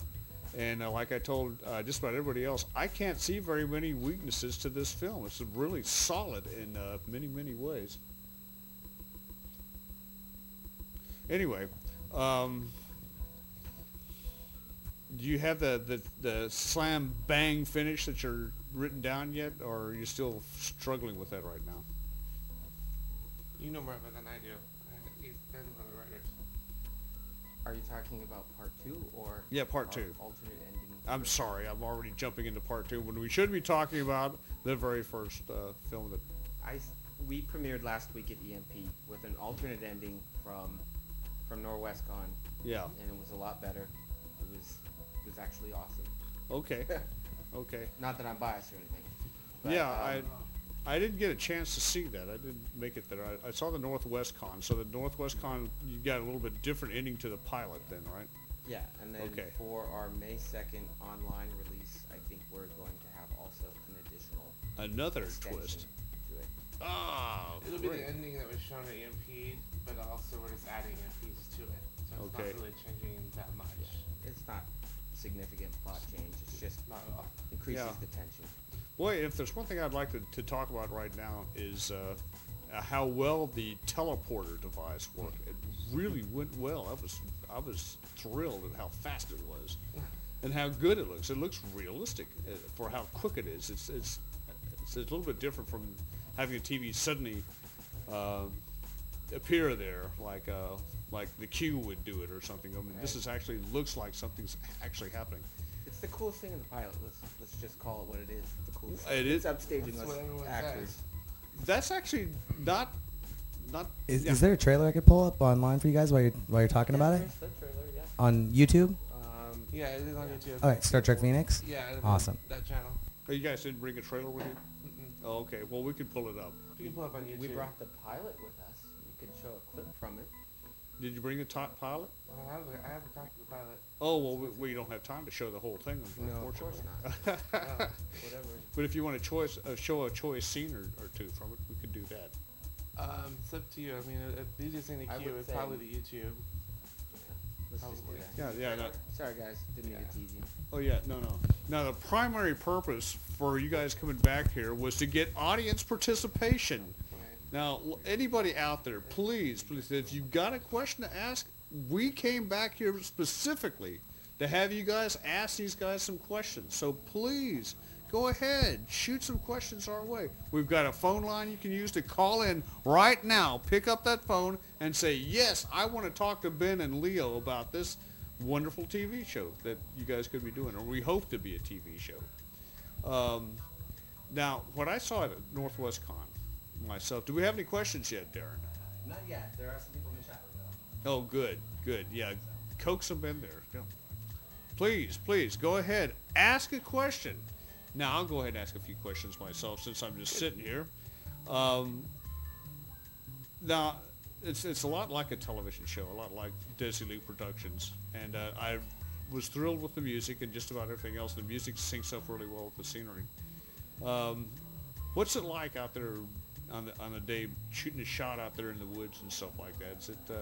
and uh, like I told uh, just about everybody else, I can't see very many weaknesses to this film. It's really solid in uh, many many ways. Anyway, um, do you have the, the, the slam bang finish that you're written down yet, or are you still struggling with that right now? You know more of it than I do. I- You've been one of the writers. Are you talking about part two or? Yeah, part al- two. Alternate ending. I'm sorry, I'm already jumping into part two when we should be talking about the very first uh, film that I s- we premiered last week at EMP with an alternate ending from from Norwestcon. Yeah. And it was a lot better. It was it was actually awesome. Okay. okay. Not that I'm biased or anything. but, yeah, um, I I didn't get a chance to see that. I didn't make it there. I, I saw the Northwest Con. So the Northwest Con, you got a little bit different ending to the pilot then, right? Yeah, and then Okay. for our May second online release, I think we're going to have also an additional Another extension twist. to it. Oh, It'll be great. the ending that was shown at EMP, but also we're just adding a piece to it. So it's Okay. not really changing that much. It's not significant plot change. It's just uh, not at all. increases Yeah. the tension. Boy, if there's one thing I'd like to, to talk about right now is uh, uh, how well the teleporter device worked. It really went well. I was I was thrilled at how fast it was, and how good it looks. It looks realistic uh, for how quick it is. It's it's it's a little bit different from having a TV suddenly uh, appear there like uh, like the Q would do it or something. I mean, this Right. is actually looks like something's actually happening. It's the coolest thing in the pilot. Let's let's just call it what it is. The coolest. It is- It's upstaging That's us what everyone actors. says. That's actually not not. Is, yeah. is there a trailer I could pull up online for you guys while you're while you're talking about it? On YouTube. Um, yeah, it is on YouTube. All right, Star Trek Phoenix. Yeah, it'll be Awesome. That channel. Oh, you guys didn't bring a trailer with you? Oh, okay. Well, we could pull it up. You can pull up on YouTube. We brought the pilot with us. You can show a clip from it. Did you bring a top pilot? Well, I have I have a copy of the pilot. Oh, well, we, we don't have time to show the whole thing, unfortunately. No, of course not. (laughs) Whatever. but if you want to choice, uh, show a choice scene or, or two from it, we could do that. Um, it's up to you. I mean, uh, the easiest thing to I queue would is say- probably the YouTube. Let's just do Probably. that. Yeah, yeah, no. Sorry guys, didn't mean to tease you. Oh, yeah, no, no. Now, the primary purpose for you guys coming back here was to get audience participation. Now, l- anybody out there, please, please, if you've got a question to ask, we came back here specifically to have you guys ask these guys some questions. So please, go ahead, shoot some questions our way. We've got a phone line you can use to call in right now. Pick up that phone and say, yes, I want to talk to Ben and Leo about this wonderful TV show that you guys could be doing, or we hope to be a TV show. Um, now, what I saw at Northwest Con myself, do we have any questions yet, Darren? Not yet. There are some people in the chat room Oh, good, good. Yeah, coax them in there. Yeah. Please, please, go ahead. Ask a question. Now, I'll go ahead and ask a few questions myself since I'm just sitting here. Um, now, it's, it's a lot like a television show, a lot like Desi Lee Productions. And uh, I was thrilled with the music and just about everything else. The music syncs up really well with the scenery. Um, what's it like out there on the, on the day shooting a shot out there in the woods and stuff like that? Is it, uh,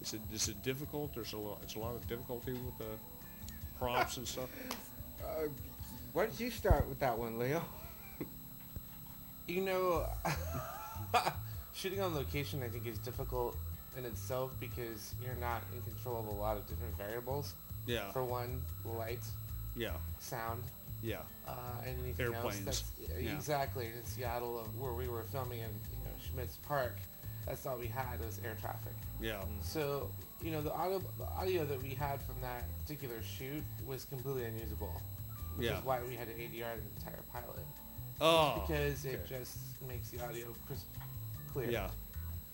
is it, is it difficult? There's a lot, it's a lot of difficulty with the props and stuff. Uh, why did you start with that one, Leo? (laughs) you know, (laughs) shooting on location I think is difficult in itself because you're not in control of a lot of different variables. Yeah. For one, light, Yeah, sound, yeah. uh, and anything Airplanes. else. That's, Yeah. Exactly. In Seattle, of where we were filming in you know, Schmitz Park, that's all we had was air traffic. Yeah. So, you know, the audio, the audio that we had from that particular shoot was completely unusable. Which Yeah. is Mm. why we had to ADR the entire pilot. Oh, Because it okay. just makes the audio crisp, clear.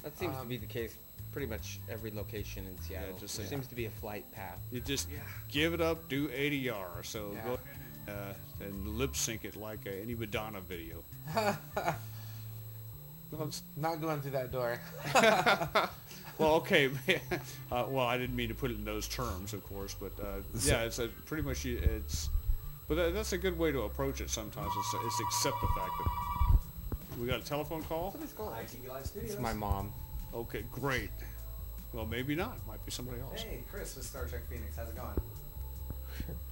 That seems to Um, be the case pretty much every location in Seattle. just there like- seems to be a flight path. You just give it up, do ADR. So Yeah. go uh, and lip sync it like uh, any Madonna video. Not going through that (laughs) door. well, okay. (laughs) uh, well, I didn't mean to put it in those terms, of course, but uh, yeah, it's a, pretty much you- it's. But that, that's a good way to approach it. Sometimes it's, it's accept the fact that we got a telephone call. It's my mom. Okay, great. Well, maybe not. Might be somebody else. Hey, Chris with Star Trek Phoenix. How's it going?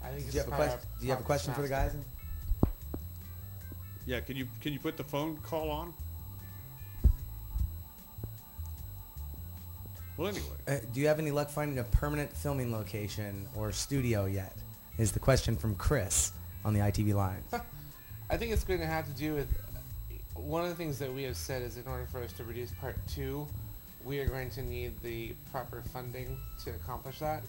I Do think you have a question? Do you have a question for the guys? Yeah, can you can you put the phone call on? Well, anyway. Uh, do you have any luck finding a permanent filming location or studio yet? Is the question from Chris on the ITV line. I think it's going to have to do with one of the things that we have said is in order for us to reduce part two, we are going to need the proper funding to accomplish that.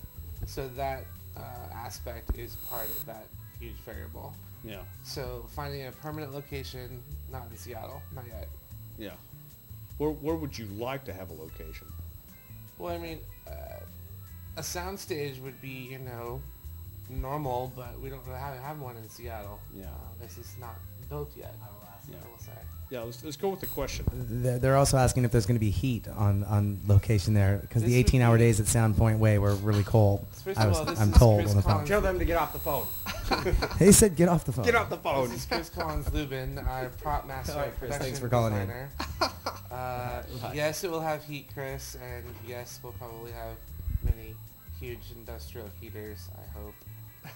So that uh, aspect is part of that huge variable. Yeah. So finding a permanent location, not in Seattle, not yet. Yeah. Where, where would you like to have a location? Well, I mean, uh, a soundstage would be, you know, normal, but we don't really have, have one in Seattle. Yeah. Uh, this is not built yet. I will ask. Yeah. I will say. Yeah, let's, let's go with the question. They're they're also asking if there's going to be heat on, on location there because This the would 18-hour days at Sound Point Way were really cold. First I of was, all, this I'm is told Chris on the phone. Collins. Tell them to get off the phone. He said, "Get off the phone." Get off the phone. This is Chris Collins Lubin, our prop master, (laughs) All right, and Chris, production thanks for calling in. (laughs) designer. Uh, Right. yes, it will have heat, Chris, and yes, we'll probably have many huge industrial heaters. I hope.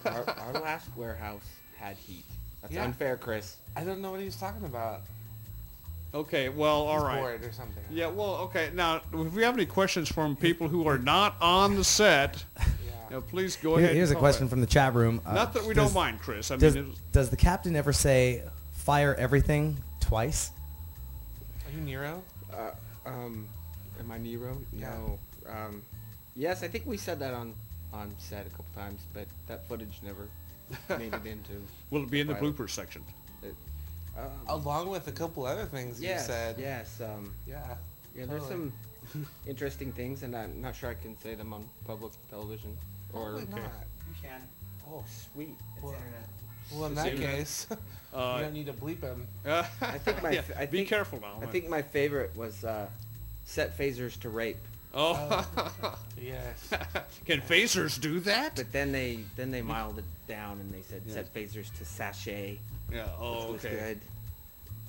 (laughs) our, our last warehouse had heat. That's Yeah. unfair, Chris. I don't know what he was talking about. Okay, well, all He's right. bored or something. Yeah, well, okay. Now, if we have any questions from people who are not on the set, you know, please go Here- ahead. here's a and call question in. from the chat room. Uh, Not that we don't mind, Chris. I does, mean, it was- does the captain ever say "fire everything" twice? Are you Nero? Uh, um, am I Nero? No. Um, yes, I think we said that on on set a couple times, but that footage (laughs) never made it into. Will it be in the final. bloopers section? It- um, Along with a couple other things yes, you said. Yes. Um, Yeah. yeah. There's totally. some (laughs) interesting things, and I'm not sure I can say them on public television. Or Probably not. You can. oh, sweet. It's Well- internet. Well, in Just that leave it. case, Uh, you don't need to bleep him. (laughs) I think my. Yeah, fa- I be think- careful now, I man. think my favorite was uh, set phasers to rape. Oh, uh, Yes. (laughs) can phasers do that? But then they then (laughs) they miled it down and they said Yeah. set phasers to sachet. Yeah. Oh, which was okay. good.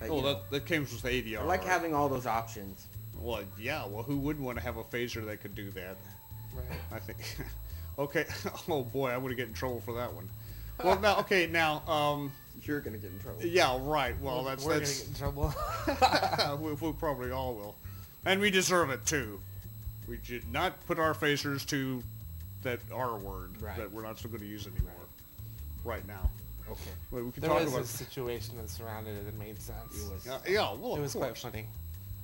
But, oh, you know, that, that came with ADR. I like right? having all those options. Well, yeah. Well, who wouldn't want to have a phaser that could do that? Right. I think. (laughs) okay. (laughs) Oh boy, I would have get in trouble for that one. Well, now, okay, now, um, You're gonna get in trouble. yeah, right. Well, We're- that's we're that's. gonna get in trouble. (laughs) we, we probably all will, and we deserve it too. We did not put our phasers to that R word Right. that we're not so going to use anymore, right, now. Okay. Well, we can There talk was about. a situation that surrounded it that made sense. It was- Yeah, yeah, well, It of was quite course. funny.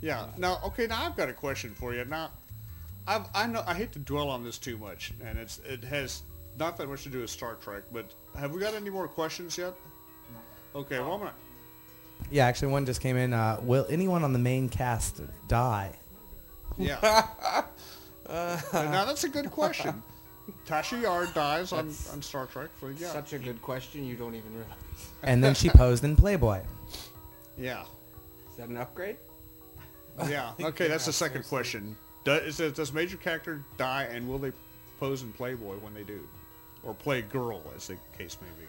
Yeah. Now, okay. Now I've got a question for you. Now, I've, I know I hate to dwell on this too much, and it's it has not that much to do with Star Trek. But have we got any more questions yet? Okay. Well, I'm gonna, Yeah, actually, one just came in. Uh, will anyone on the main cast die? (laughs) yeah. now that's a good question. Tasha Yar dies on, on Star Trek, so yeah, Such a good question you don't even realize. And (laughs) then she posed in Playboy. (laughs) yeah, Is that an upgrade? yeah. Okay, that's the second question. Does, is- does major character die, and will they pose in Playboy when they do, or play girl, as the case may be?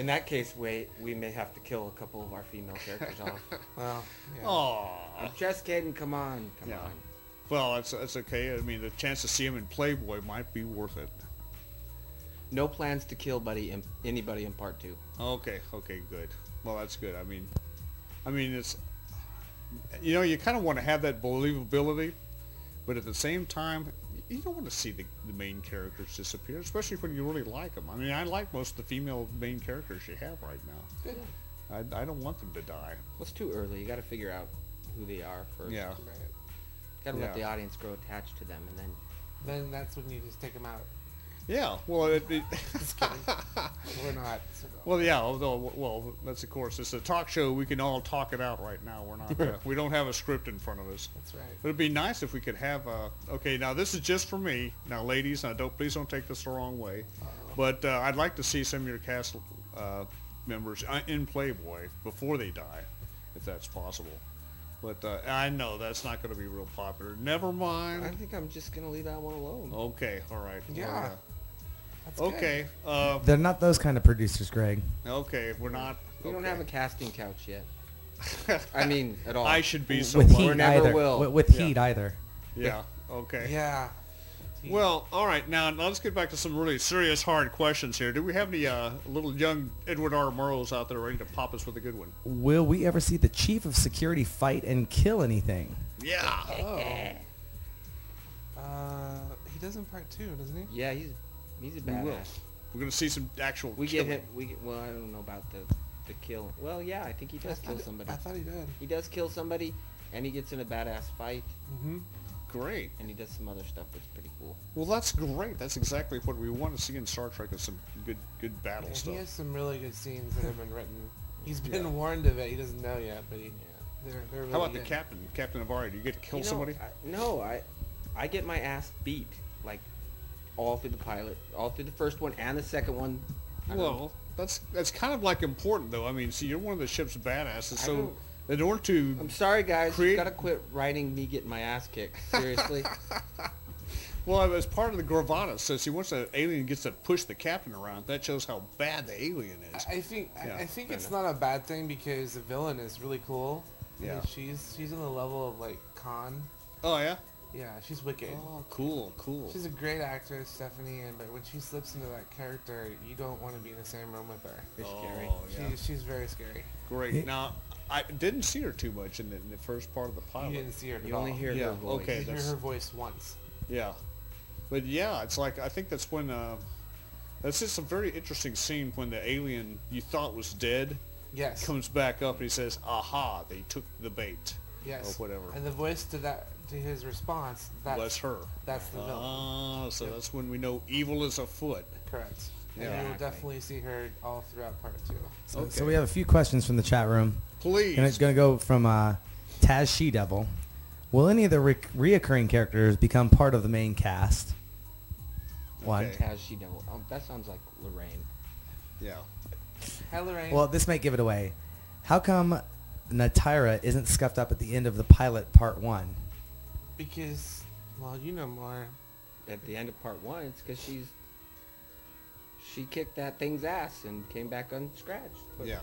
In that case, wait, we may have to kill a couple of our female (laughs) characters off. Well, yeah. Aww. I'm just kidding. Come on, come Yeah. on. Well, that's that's okay. I mean, the chance to see him in Playboy might be worth it. No plans to kill buddy in, anybody in part two. Okay, okay, good. Well, that's good. I mean, I mean, it's you know, you kind of want to have that believability, but at the same time, you don't want to see the, the main characters disappear, especially when you really like them. I mean, I like most of the female main characters you have right now. Good. I, I don't want them to die. Well, it's too early. You got to figure out who they are first. Yeah. Got to Yeah. let the audience grow attached to them, and then Then that's when you just take him out. Yeah. Well, it, it, We're not. Well, yeah. Although, well, that's of course it's a talk show. We can all talk it out right now. We're not. gonna- we don't have a script in front of us. That's right. But it'd be nice if we could have a. Okay, now this is just for me. Now, ladies, now don't please don't take this the wrong way, Uh-huh. but uh, I'd like to see some of your cast uh, members uh, in Playboy before they die, if that's possible. But uh, I know that's not going to be real popular. Never I mind. think I'm just gonna leave that one alone. Okay, all right. Well, Yeah. That's good. Okay. Uh, They're not those kind of producers, Greg. okay, we're not. We don't okay. have a casting (laughs) couch yet. I mean, at all. I should be so With lucky. Or heat never either. will. With, with Yeah. heat either. Yeah. Okay. Yeah. Well, all right. Now now let's get back to some really serious, hard questions here. Do we have any uh, little young Edward R. Murrows out there ready to pop us with a good one? Will we ever see the chief of security fight and kill anything? Yeah. Oh. Uh, he does in part two, doesn't he? Yeah, he's he's a We badass. will. We're gonna see some actual. We killing. get him. We get, well, I don't know about the the kill. Well, yeah, I think he does kill somebody. I thought he did. He does kill somebody, and he gets in a badass fight. Mm-hmm. Great. And he does some other stuff that's pretty cool. Well, that's great. That's exactly what we want to see in Star Trek is some good, good battle Yeah, stuff. He has some really good scenes that have been written. He's been (laughs) Yeah. warned of it. He doesn't know yet, but he. They're, they're really How about the good. captain, Captain Avari? Do you get to kill You know, somebody? I, no, I I get my ass beat like all through the pilot, all through the first one and the second one. I don't- Well, that's that's kind of like important though. I mean, see, you're one of the ship's badasses, I so don't- in order to I'm sorry, guys. You gotta quit writing me getting my ass kicked. Seriously. well, as part of the Gravata, so see, once an alien gets to push the captain around, that shows how bad the alien is. I I think I- Yeah, I think fair it's enough. not a bad thing because the villain is really cool. I mean, Yeah. she's she's on the level of like Khan. Oh yeah. Yeah, she's wicked. Oh, cool, cool. She's a great actress, Stephanie, and but when she slips into that character, you don't want to be in the same room with her. It's scary. Oh, yeah. She, she's very scary. Great. now, I didn't see her too much in the, in the first part of the pilot. You didn't see her at all. yeah, Okay. You hear that's- her voice once. Yeah, but yeah, it's like I think that's when uh, that's just a very interesting scene when the alien you thought was dead, Yes. comes back up and he says, "Aha! They took the bait." Yes. Or whatever. And the voice to that to his response, that's That's her. That's the villain. Ah, so that's when we know evil is afoot. Correct. And Yeah. you'll definitely see her all throughout part two. So, so we have a few questions from the chat room. Please. And it's going to go from uh, Taz She Devil. Will any of the re- reoccurring characters become part of the main cast? One. Has she know? Um, that sounds like Lorraine. Yeah. Hi, Lorraine. Well, this might give it away. How come Natira isn't scuffed up at the end of the pilot part one? because well, you know more. At the end of part one, it's because she's she kicked that thing's ass and came back unscratched. But Yeah.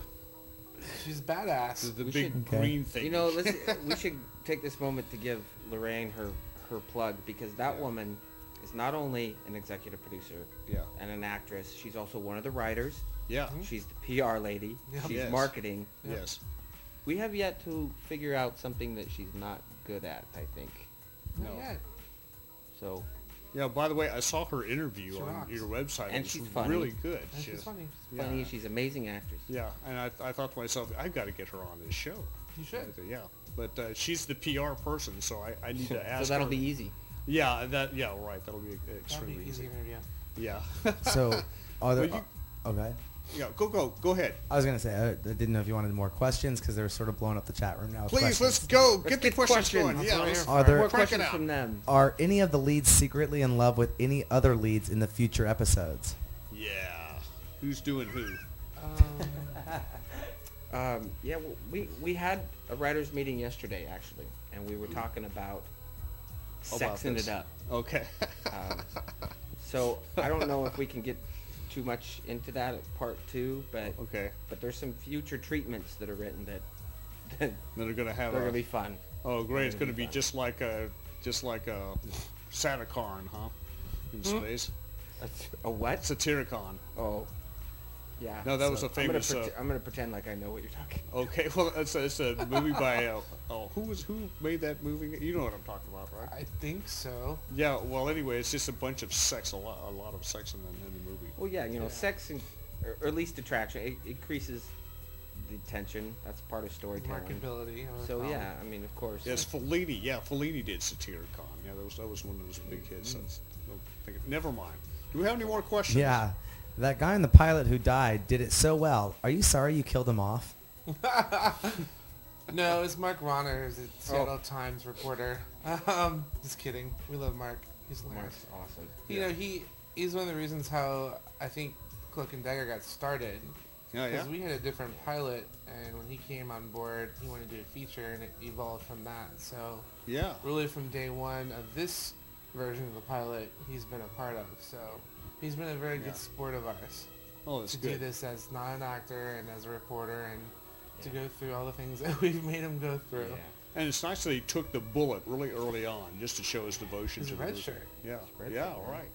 She's badass. The, we big should- green thing. You know, let's, (laughs) we should take this moment to give Lorraine her her plug because that woman is not only an executive producer Yeah. and an actress, she's also one of the writers. Yeah. She's the PR lady. Yep. She's Yes. marketing. Yep. Yes. We have yet to figure out something that she's not good at, I think. No. yet. So Yeah. By the way, I saw her interview She on rocks. your website. And it she's was funny. really good. And she's funny. She's yeah. funny, she's an amazing actress. Yeah, and I, I thought to myself, I've got to get her on this show. You should. yeah, but uh, she's the PR person, so I, I need So (laughs) to ask. that'll her. be easy. Yeah, that yeah right. That'll be That'd extremely be easy interview. Yeah. (laughs) So, are there? Would you- oh, go ahead. yeah, go go go ahead. I was going to say, I I didn't know if you wanted more questions because they were sort of blowing up the chat room now. with Please, questions. let's go. get the questions, going. Yeah, let's Are there crank it out. them? Are any of the leads secretly in love with any other leads in the future episodes? Yeah, who's doing who? Um, yeah, w- we we had a writers meeting yesterday actually, and we were talking about About sexing this. it up. Okay. (laughs) um, so I don't know if we can get too much into that at part two, but Oh, okay. But there's some future treatments that are written that that That are gonna have. They're a- gonna (laughs) be fun. Oh, great! They're It's gonna gonna be be fun. just like a just like a Satiricon, huh? In Hmm? space. A, what? Satiricon. Oh. Yeah. No, that was so a famous. I'm gonna, uh, prete- I'm gonna pretend like I know what you're talking. Okay, (laughs) well, it's a, it's a movie by uh, oh, who was who made that movie? You know what I'm talking about, right? I think so. Yeah. Well, anyway, it's just a bunch of sex, a lot, a lot of sex in the, in the movie. Well, yeah, you know, sex and or, or at least attraction it increases the tension. That's part of storytelling. Marketability, I would So call yeah, it. I mean, of course. Yes, Fellini. Yeah, Fellini did Satyricon. Yeah, that was that was one of those big hits. Hmm. That's, no, think of- never mind. Do we have any more questions? Yeah. That guy in the pilot who died did it so well. Are you sorry you killed him off? (laughs) No, it's Mark Ronner, who's a Seattle Times reporter. Um, just kidding. We love Mark. He's hilarious. Mark's awesome. You know, he he's one of the reasons how I think Cloak and Dagger got started. Yeah, yeah. we had a different pilot, and when he came on board, he wanted to do a feature, and it evolved from that. So Yeah. really from day one of this version of the pilot, he's been a part of. So he's been a very Yeah. good sport of ours. Oh, that's to do good. this as not an actor and as a reporter and to go through all the things that (laughs) we've made him go through. And it's nice that he took the bullet really early on, just to show his devotion He's to a the red movie. shirt. Yeah. He's a red yeah. shirt, man. right.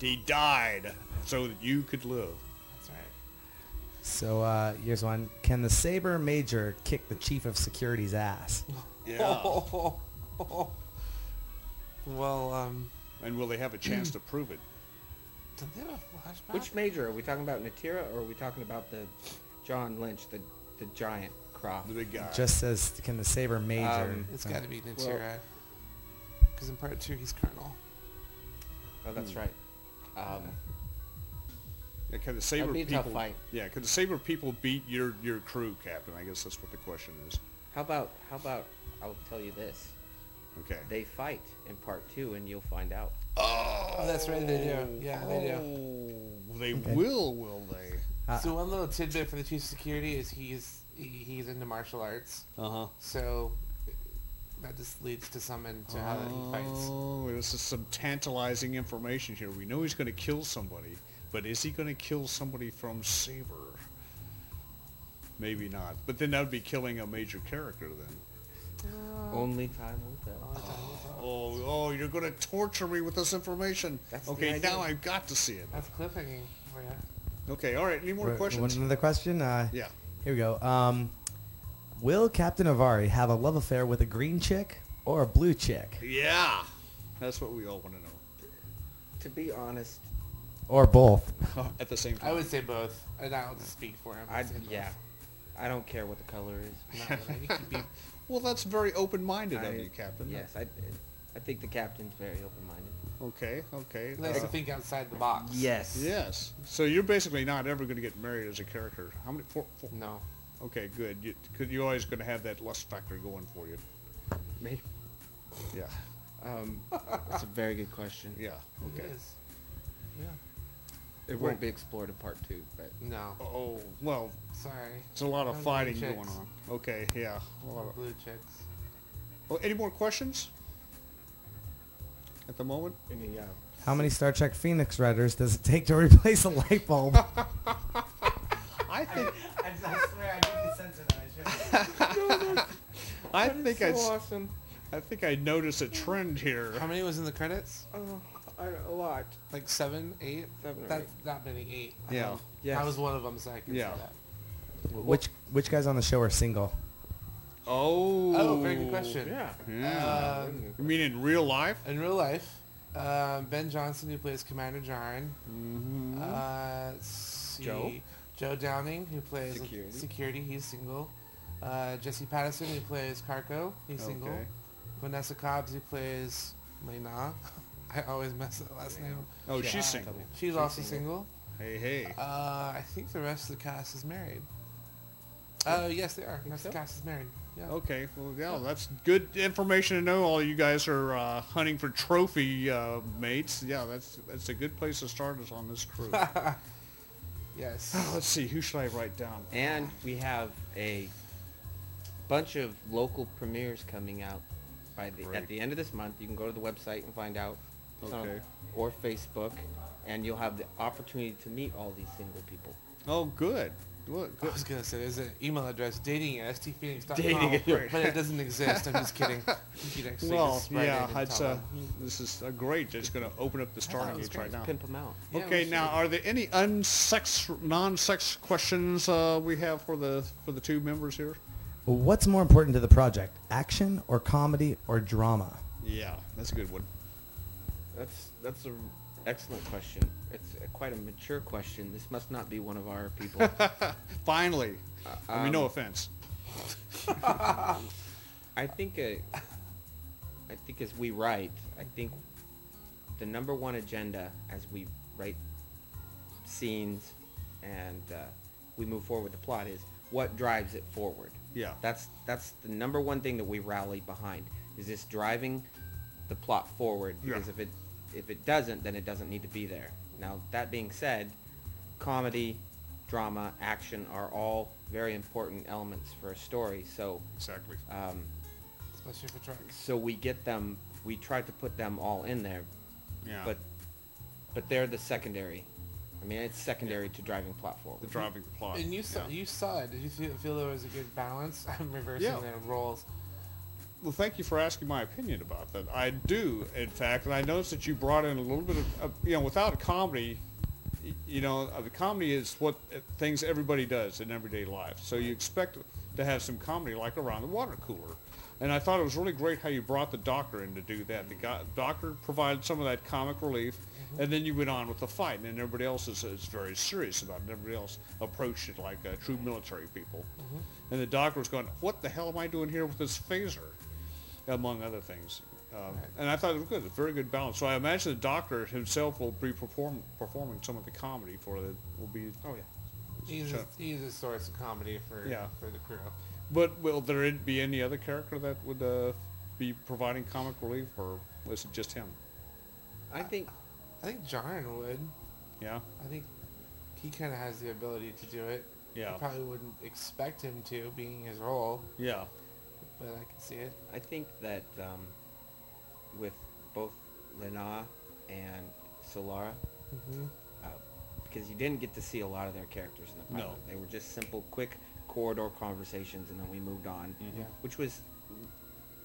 He, he died so that you could live. That's right. So uh, here's one. Can the Saber Major kick the Chief of Security's ass? Yeah. (laughs) Well, um. And will they have a (clears throat) chance to prove it? Did they have a flashback? Which major? Are we talking about Natira or are we talking about the John Lynch, the, the giant crop? The big guy. Just says can the saber major. Um, It's uh, got to be Natira. Because in part two, he's Colonel. Oh, that's Hmm. right. Um, Yeah, can the saber be a people? tough fight. Yeah, can the saber people beat your your crew, Captain? I guess that's what the question is. how about how about I'll tell you this. Okay. They fight in part two, and you'll find out. Oh, that's right. They do. Yeah, they do. Oh, They Okay. will, will they? Uh, so one little tidbit for the chief of security is he's he, he's into martial arts. Uh huh. So that just leads to some into how that he fights. Oh, this is some tantalizing information here. We know he's going to kill somebody, but is he going to kill somebody from Saber? Maybe not. But then that would be killing a major character then. Oh. Only time will tell. Oh, oh, you're going to torture me with this information. the okay, idea. now I've got to see it. That's cliffhanging for you. Okay, all right. Any more Right, questions? One, another question. Uh, Yeah. Here we go. Um, will Captain Avari have a love affair with a green chick or a blue chick Yeah. That's what we all want to (laughs) know. To be honest, or both? At the same I would say both, and I'll just speak for him. I yeah, I don't care what the color is. Not really. He could be- Well, that's very open-minded I- of you, Captain. Yes, I, I think the captain's very open-minded. Okay, okay. (laughs) he likes to Uh, think outside the box. Yes. Yes. So you're basically not ever going to get married as a character. How many? Four, four? No. Okay, good. You, cause you're always going to have that lust factor going for you. Me. Yeah. Um, that's a very good question. Yeah. Okay. It is. Yeah. It Well- won't be explored in part two, but No. Oh well, Sorry. it's a lot of Blue fighting chicks. going on. Okay. Yeah. A lot of- Blue chicks. oh, any more questions? At the moment. any uh, How many Star Trek Phoenix Riders does it take to (laughs) replace a light (laughs) bulb? I think I, just, I swear I didn't censor that. (laughs) I should've. I think I s- awesome. I think I noticed a trend here. How many was in the credits? Oh, I, a lot. Like seven, eight? Seven or That's not many, eight. Yeah. Um, Yes. I was one of them, so I can Yeah. say that. which which guys on the show are single? Oh. Oh, very good question. Yeah. Yeah. Um, you mean in real life? in real life, um, Ben Johnson, who plays Commander Jarn. Mm-hmm. Uh, let's see. Joe? Joe Downing, who plays Security. security. he's single. Uh, Jesse Patterson, who plays Carco, he's single. Okay. Vanessa Cobbs, who plays Lena. (laughs) I always mess up the last name. Oh, Yeah. she's single. She's, also single. Hey, hey. Uh, I think the rest of the cast is married. Oh, yes, they are. The rest of the cast is married. Yeah. Okay, well, yeah, that's good information to know. All you guys are uh, hunting for trophy uh, mates. Yeah, that's that's a good place to start us on this (laughs) crew. (laughs) Yes. Oh, Let's see, who should I write down? And we have a bunch of local premieres coming out by the Great. at the end of this month. You can go to the website and find out. It's on- Okay. or Facebook, and you'll have the opportunity to meet all these single people. Oh, good. Look, I good. was gonna say there's an email address dating at stphoenix.com, Dating at- but it doesn't exist. I'm just (laughs) kidding. You can actually Well, just write yeah, in and it's tell uh, them. this is uh, great. It's going to open up the starting was gates right now. Pimp them out. Yeah, okay, we now should. are there any unsex, non-sex questions uh, we have for the for the two members here? What's more important to the project, action or comedy or drama? Yeah, that's a good one. (laughs) That's that's an excellent question. It's a, quite a mature question. This must not be one of our (laughs) people. Finally, I mean, no um, offense. I think a, I think as we write, I think the number one agenda as we write scenes and uh, we move forward with the plot is what drives it forward. Yeah. That's that's the number one thing that we rally behind. Is this driving the plot forward? Yeah. Because if it if it doesn't, then it doesn't need to be there. Now that being said, comedy, drama, action are all very important elements for a story. So Exactly. um, especially for trucks. so we get them we try to put them all in there Yeah. but but they're the secondary i mean it's secondary to driving plot forward the driving plot. And you saw yeah. you saw it. Did you feel, feel there was a good balance? (laughs) I'm reversing Yeah. the roles. Well, thank you for asking my opinion about that. I do, in fact, and I noticed that you brought in a little bit of, of you know, without a comedy, y- you know, uh, the comedy is what uh, things everybody does in everyday life. So you expect to have some comedy, like around the water cooler, And I thought it was really great how you brought the doctor in to do that. The go- doctor provided some of that comic relief, and then you went on with the fight. And then everybody else is, is very serious about it. Everybody else approached it like uh, true military people. And the doctor was going, "What the hell am I doing here with this phaser?" among other things. Um, and I thought it was good, a very good balance. So I imagine the doctor himself will be perform, performing some of the comedy for the will be. Oh yeah. He's a, he's a source of comedy for Yeah. for the crew. But will there be any other character that would uh, be providing comic relief, or was it just him? I think I think Jaren would. Yeah. I think he kind of has the ability to do it. Yeah. You probably wouldn't expect him to, being his role. Yeah. But I can see it. I think that um, with both Lena and Solara, Mhm. uh, because you didn't get to see a lot of their characters in the No. pilot. They were just simple, quick corridor conversations, and then we moved on, Mm-hmm. Yeah. which was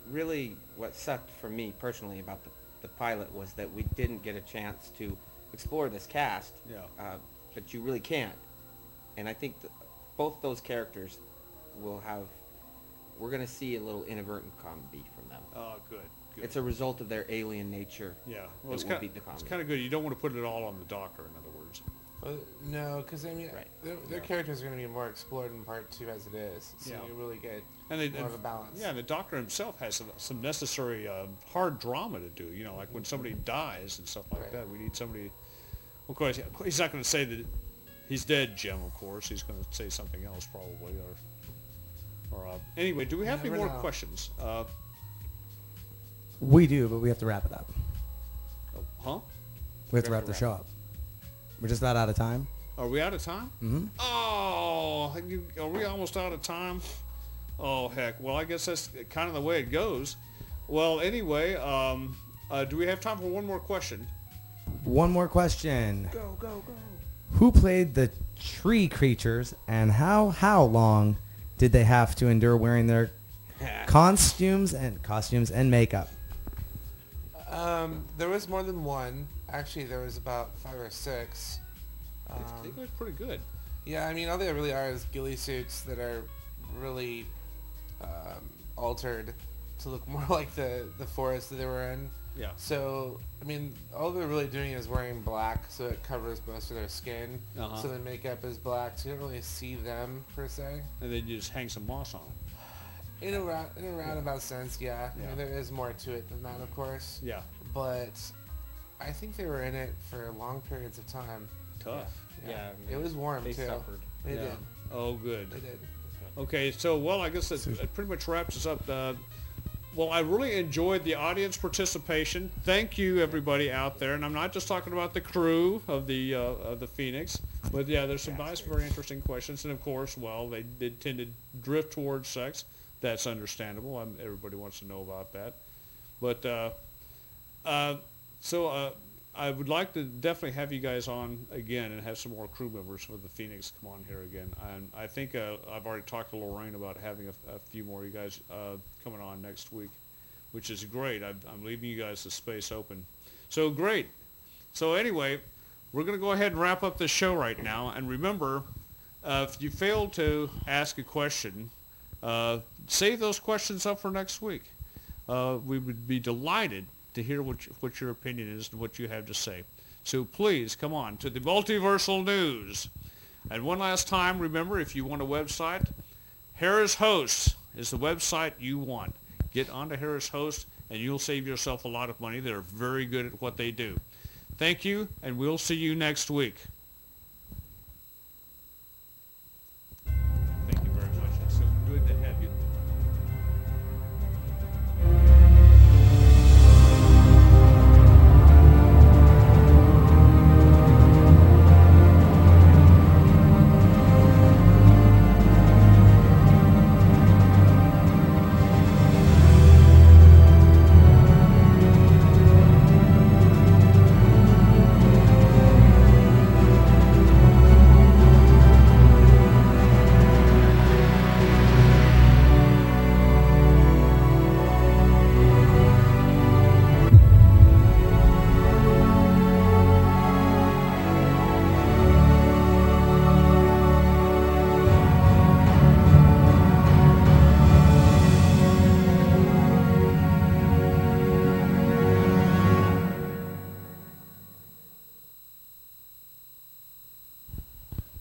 really what sucked for me personally about the, the pilot was that we didn't get a chance to explore this cast. Yeah. Uh, but you really can't. And I think th- both those characters will have. We're going to see a little inadvertent comedy from them. Oh, good. good. It's a result of their alien nature. yeah. that Well, it's will kind be the of it's comedy. kind of good. You don't want to put it all on the doctor. In other words. Well, Uh, no, because I mean, their, their Yeah. characters are going to be more explored in part two as it is. So Yeah. you really get and they, more of a balance. Yeah, and the doctor himself has some, some necessary uh, hard drama to do. You know, like when somebody dies and stuff like that. We need somebody. Of course, he's not going to say that he's dead, Jim. Of course, he's going to say something else probably. Or, or uh, anyway, do we have any Never more know. questions? Uh, We do, but we have to wrap it up. oh, huh? We have to wrap the show up. We're just about out of time. Are we out of time? Mhm. Oh, you, are we almost out of time? Oh heck. Well, I guess that's kind of the way it goes. Well, anyway, um, uh, do we have time for one more question? One more question. Go go go. Who played the tree creatures and how how long did they have to endure wearing their costumes and costumes and makeup? Um, there was more than one. Actually, there was about five or six. Um, I think it was pretty good. yeah, I mean, all they really are is ghillie suits that are really um, altered to look (laughs) more like the, the forest that they were in. Yeah. So, I mean, all they're really doing is wearing black, so it covers most of their skin. Uh-huh. So the makeup is black, so you don't really see them, per se. And then you just hang some moss on. 'em. In a, ra- in a roundabout sense, yeah. I mean, Yeah. there is more to it than that, of course. Yeah. But I think they were in it for long periods of time. Tough. Yeah. it was warm, too. Yeah. They did. Oh, good. They did. Okay, so well, I guess that, that pretty much wraps us up. Uh, well, I really enjoyed the audience participation. Thank you, everybody out there, and I'm not just talking about the crew of the uh, of the Phoenix, but yeah, there's some nice, very interesting questions, and of course, well, they did tend to drift towards sex. That's understandable. i everybody wants to know about that, but. Uh, uh, so uh, I would like to definitely have you guys on again and have some more crew members for the Phoenix come on here again. And I think uh, I've already talked to Lorraine about having a, a few more of you guys uh, coming on next week, which is great. i I'm leaving you guys the space open. So great. So anyway, we're going to go ahead and wrap up the show right now. And remember, uh, if you fail to ask a question, uh, save those questions up for next week. Uh, we would be delighted to hear what, you, what your opinion is and what you have to say. So please come on to the Multiversal News. And one last time, remember, if you want a website, Harris Host is the website you want. Get onto Harris Host and you'll save yourself a lot of money. They're very good at what they do. Thank you, and we'll see you next week. Thank you very much. It's so good to have you.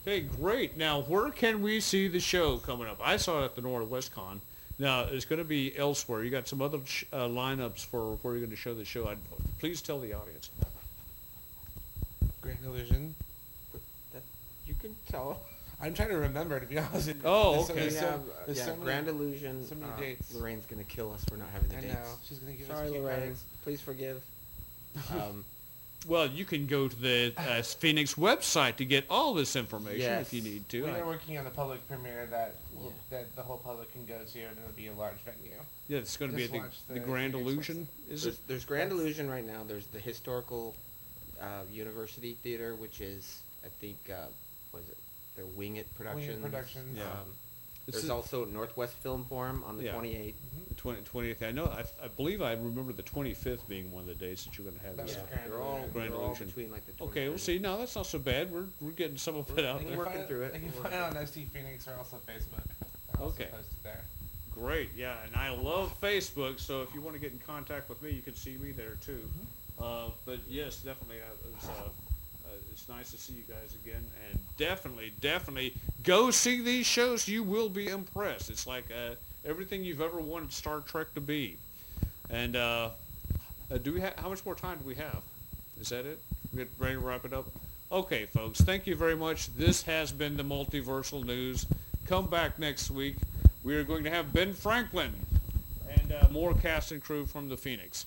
Okay, great. Now, where can we see the show coming up? I saw it at the Northwest Con. Now, it's going to be elsewhere. You got some other sh- uh, lineups for where you're going to show the show. I'd, please tell the audience. Grand Illusion. But that, you can tell. (laughs) I'm trying to remember, to be honest. with you. Oh, There's so- okay. there's so- Yeah, there's Uh, yeah, so many- Grand Illusion. So many uh, dates. Lorraine's gonna kill us for not having the I dates. know, she's gonna give us Sorry, cute Lorraine. cards. Please (laughs) forgive. Um, Well, you can go to the uh, Phoenix website to get all this information if you need to. We I- are working on a public premiere that will, that the whole public can go to, and it'll be a large venue. yeah, it's going to be at Just the, the watch Grand Phoenix Illusion, website. is there's, it? there's Grand Illusion right now. There's the historical uh, University Theater, which is I think uh, was it their Wing It Productions. Productions. Yeah. Um, This there's is- also Northwest Film Forum on the Yeah. 28th. The 20, 28th. I know. I, I believe I remember the 25th being one of the days that you're going to have That's this. the Grand They're all- Illusion. Grand they're all Illusion. between, like, the okay, well, 23rd. see, now that's not so bad. We're, we're getting some of it out They there. can find They can find it on ST Phoenix or also Facebook. They're also Okay. posted there. Great, yeah, and I love Facebook, so if you want to get in contact with me, you can see me there too. Uh, but yes, definitely, uh, it's, uh, uh, it's nice to see you guys again, and definitely, definitely go see these shows. You will be impressed. It's like uh, everything you've ever wanted Star Trek to be. And uh, uh, do we ha- how much more time do we have? Is that it? We get ready to wrap it up? Okay, folks, thank you very much. This has been the Multiversal News. Come back next week. We are going to have Ben Franklin and uh, more cast and crew from the Phoenix.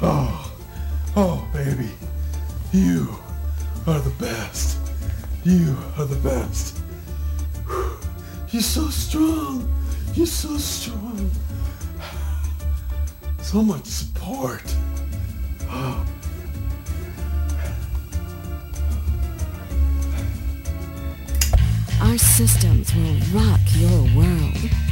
Oh, oh, baby, you are the best. You are the best. You're so strong. You're so strong. So much support. Oh. Our systems will rock your world.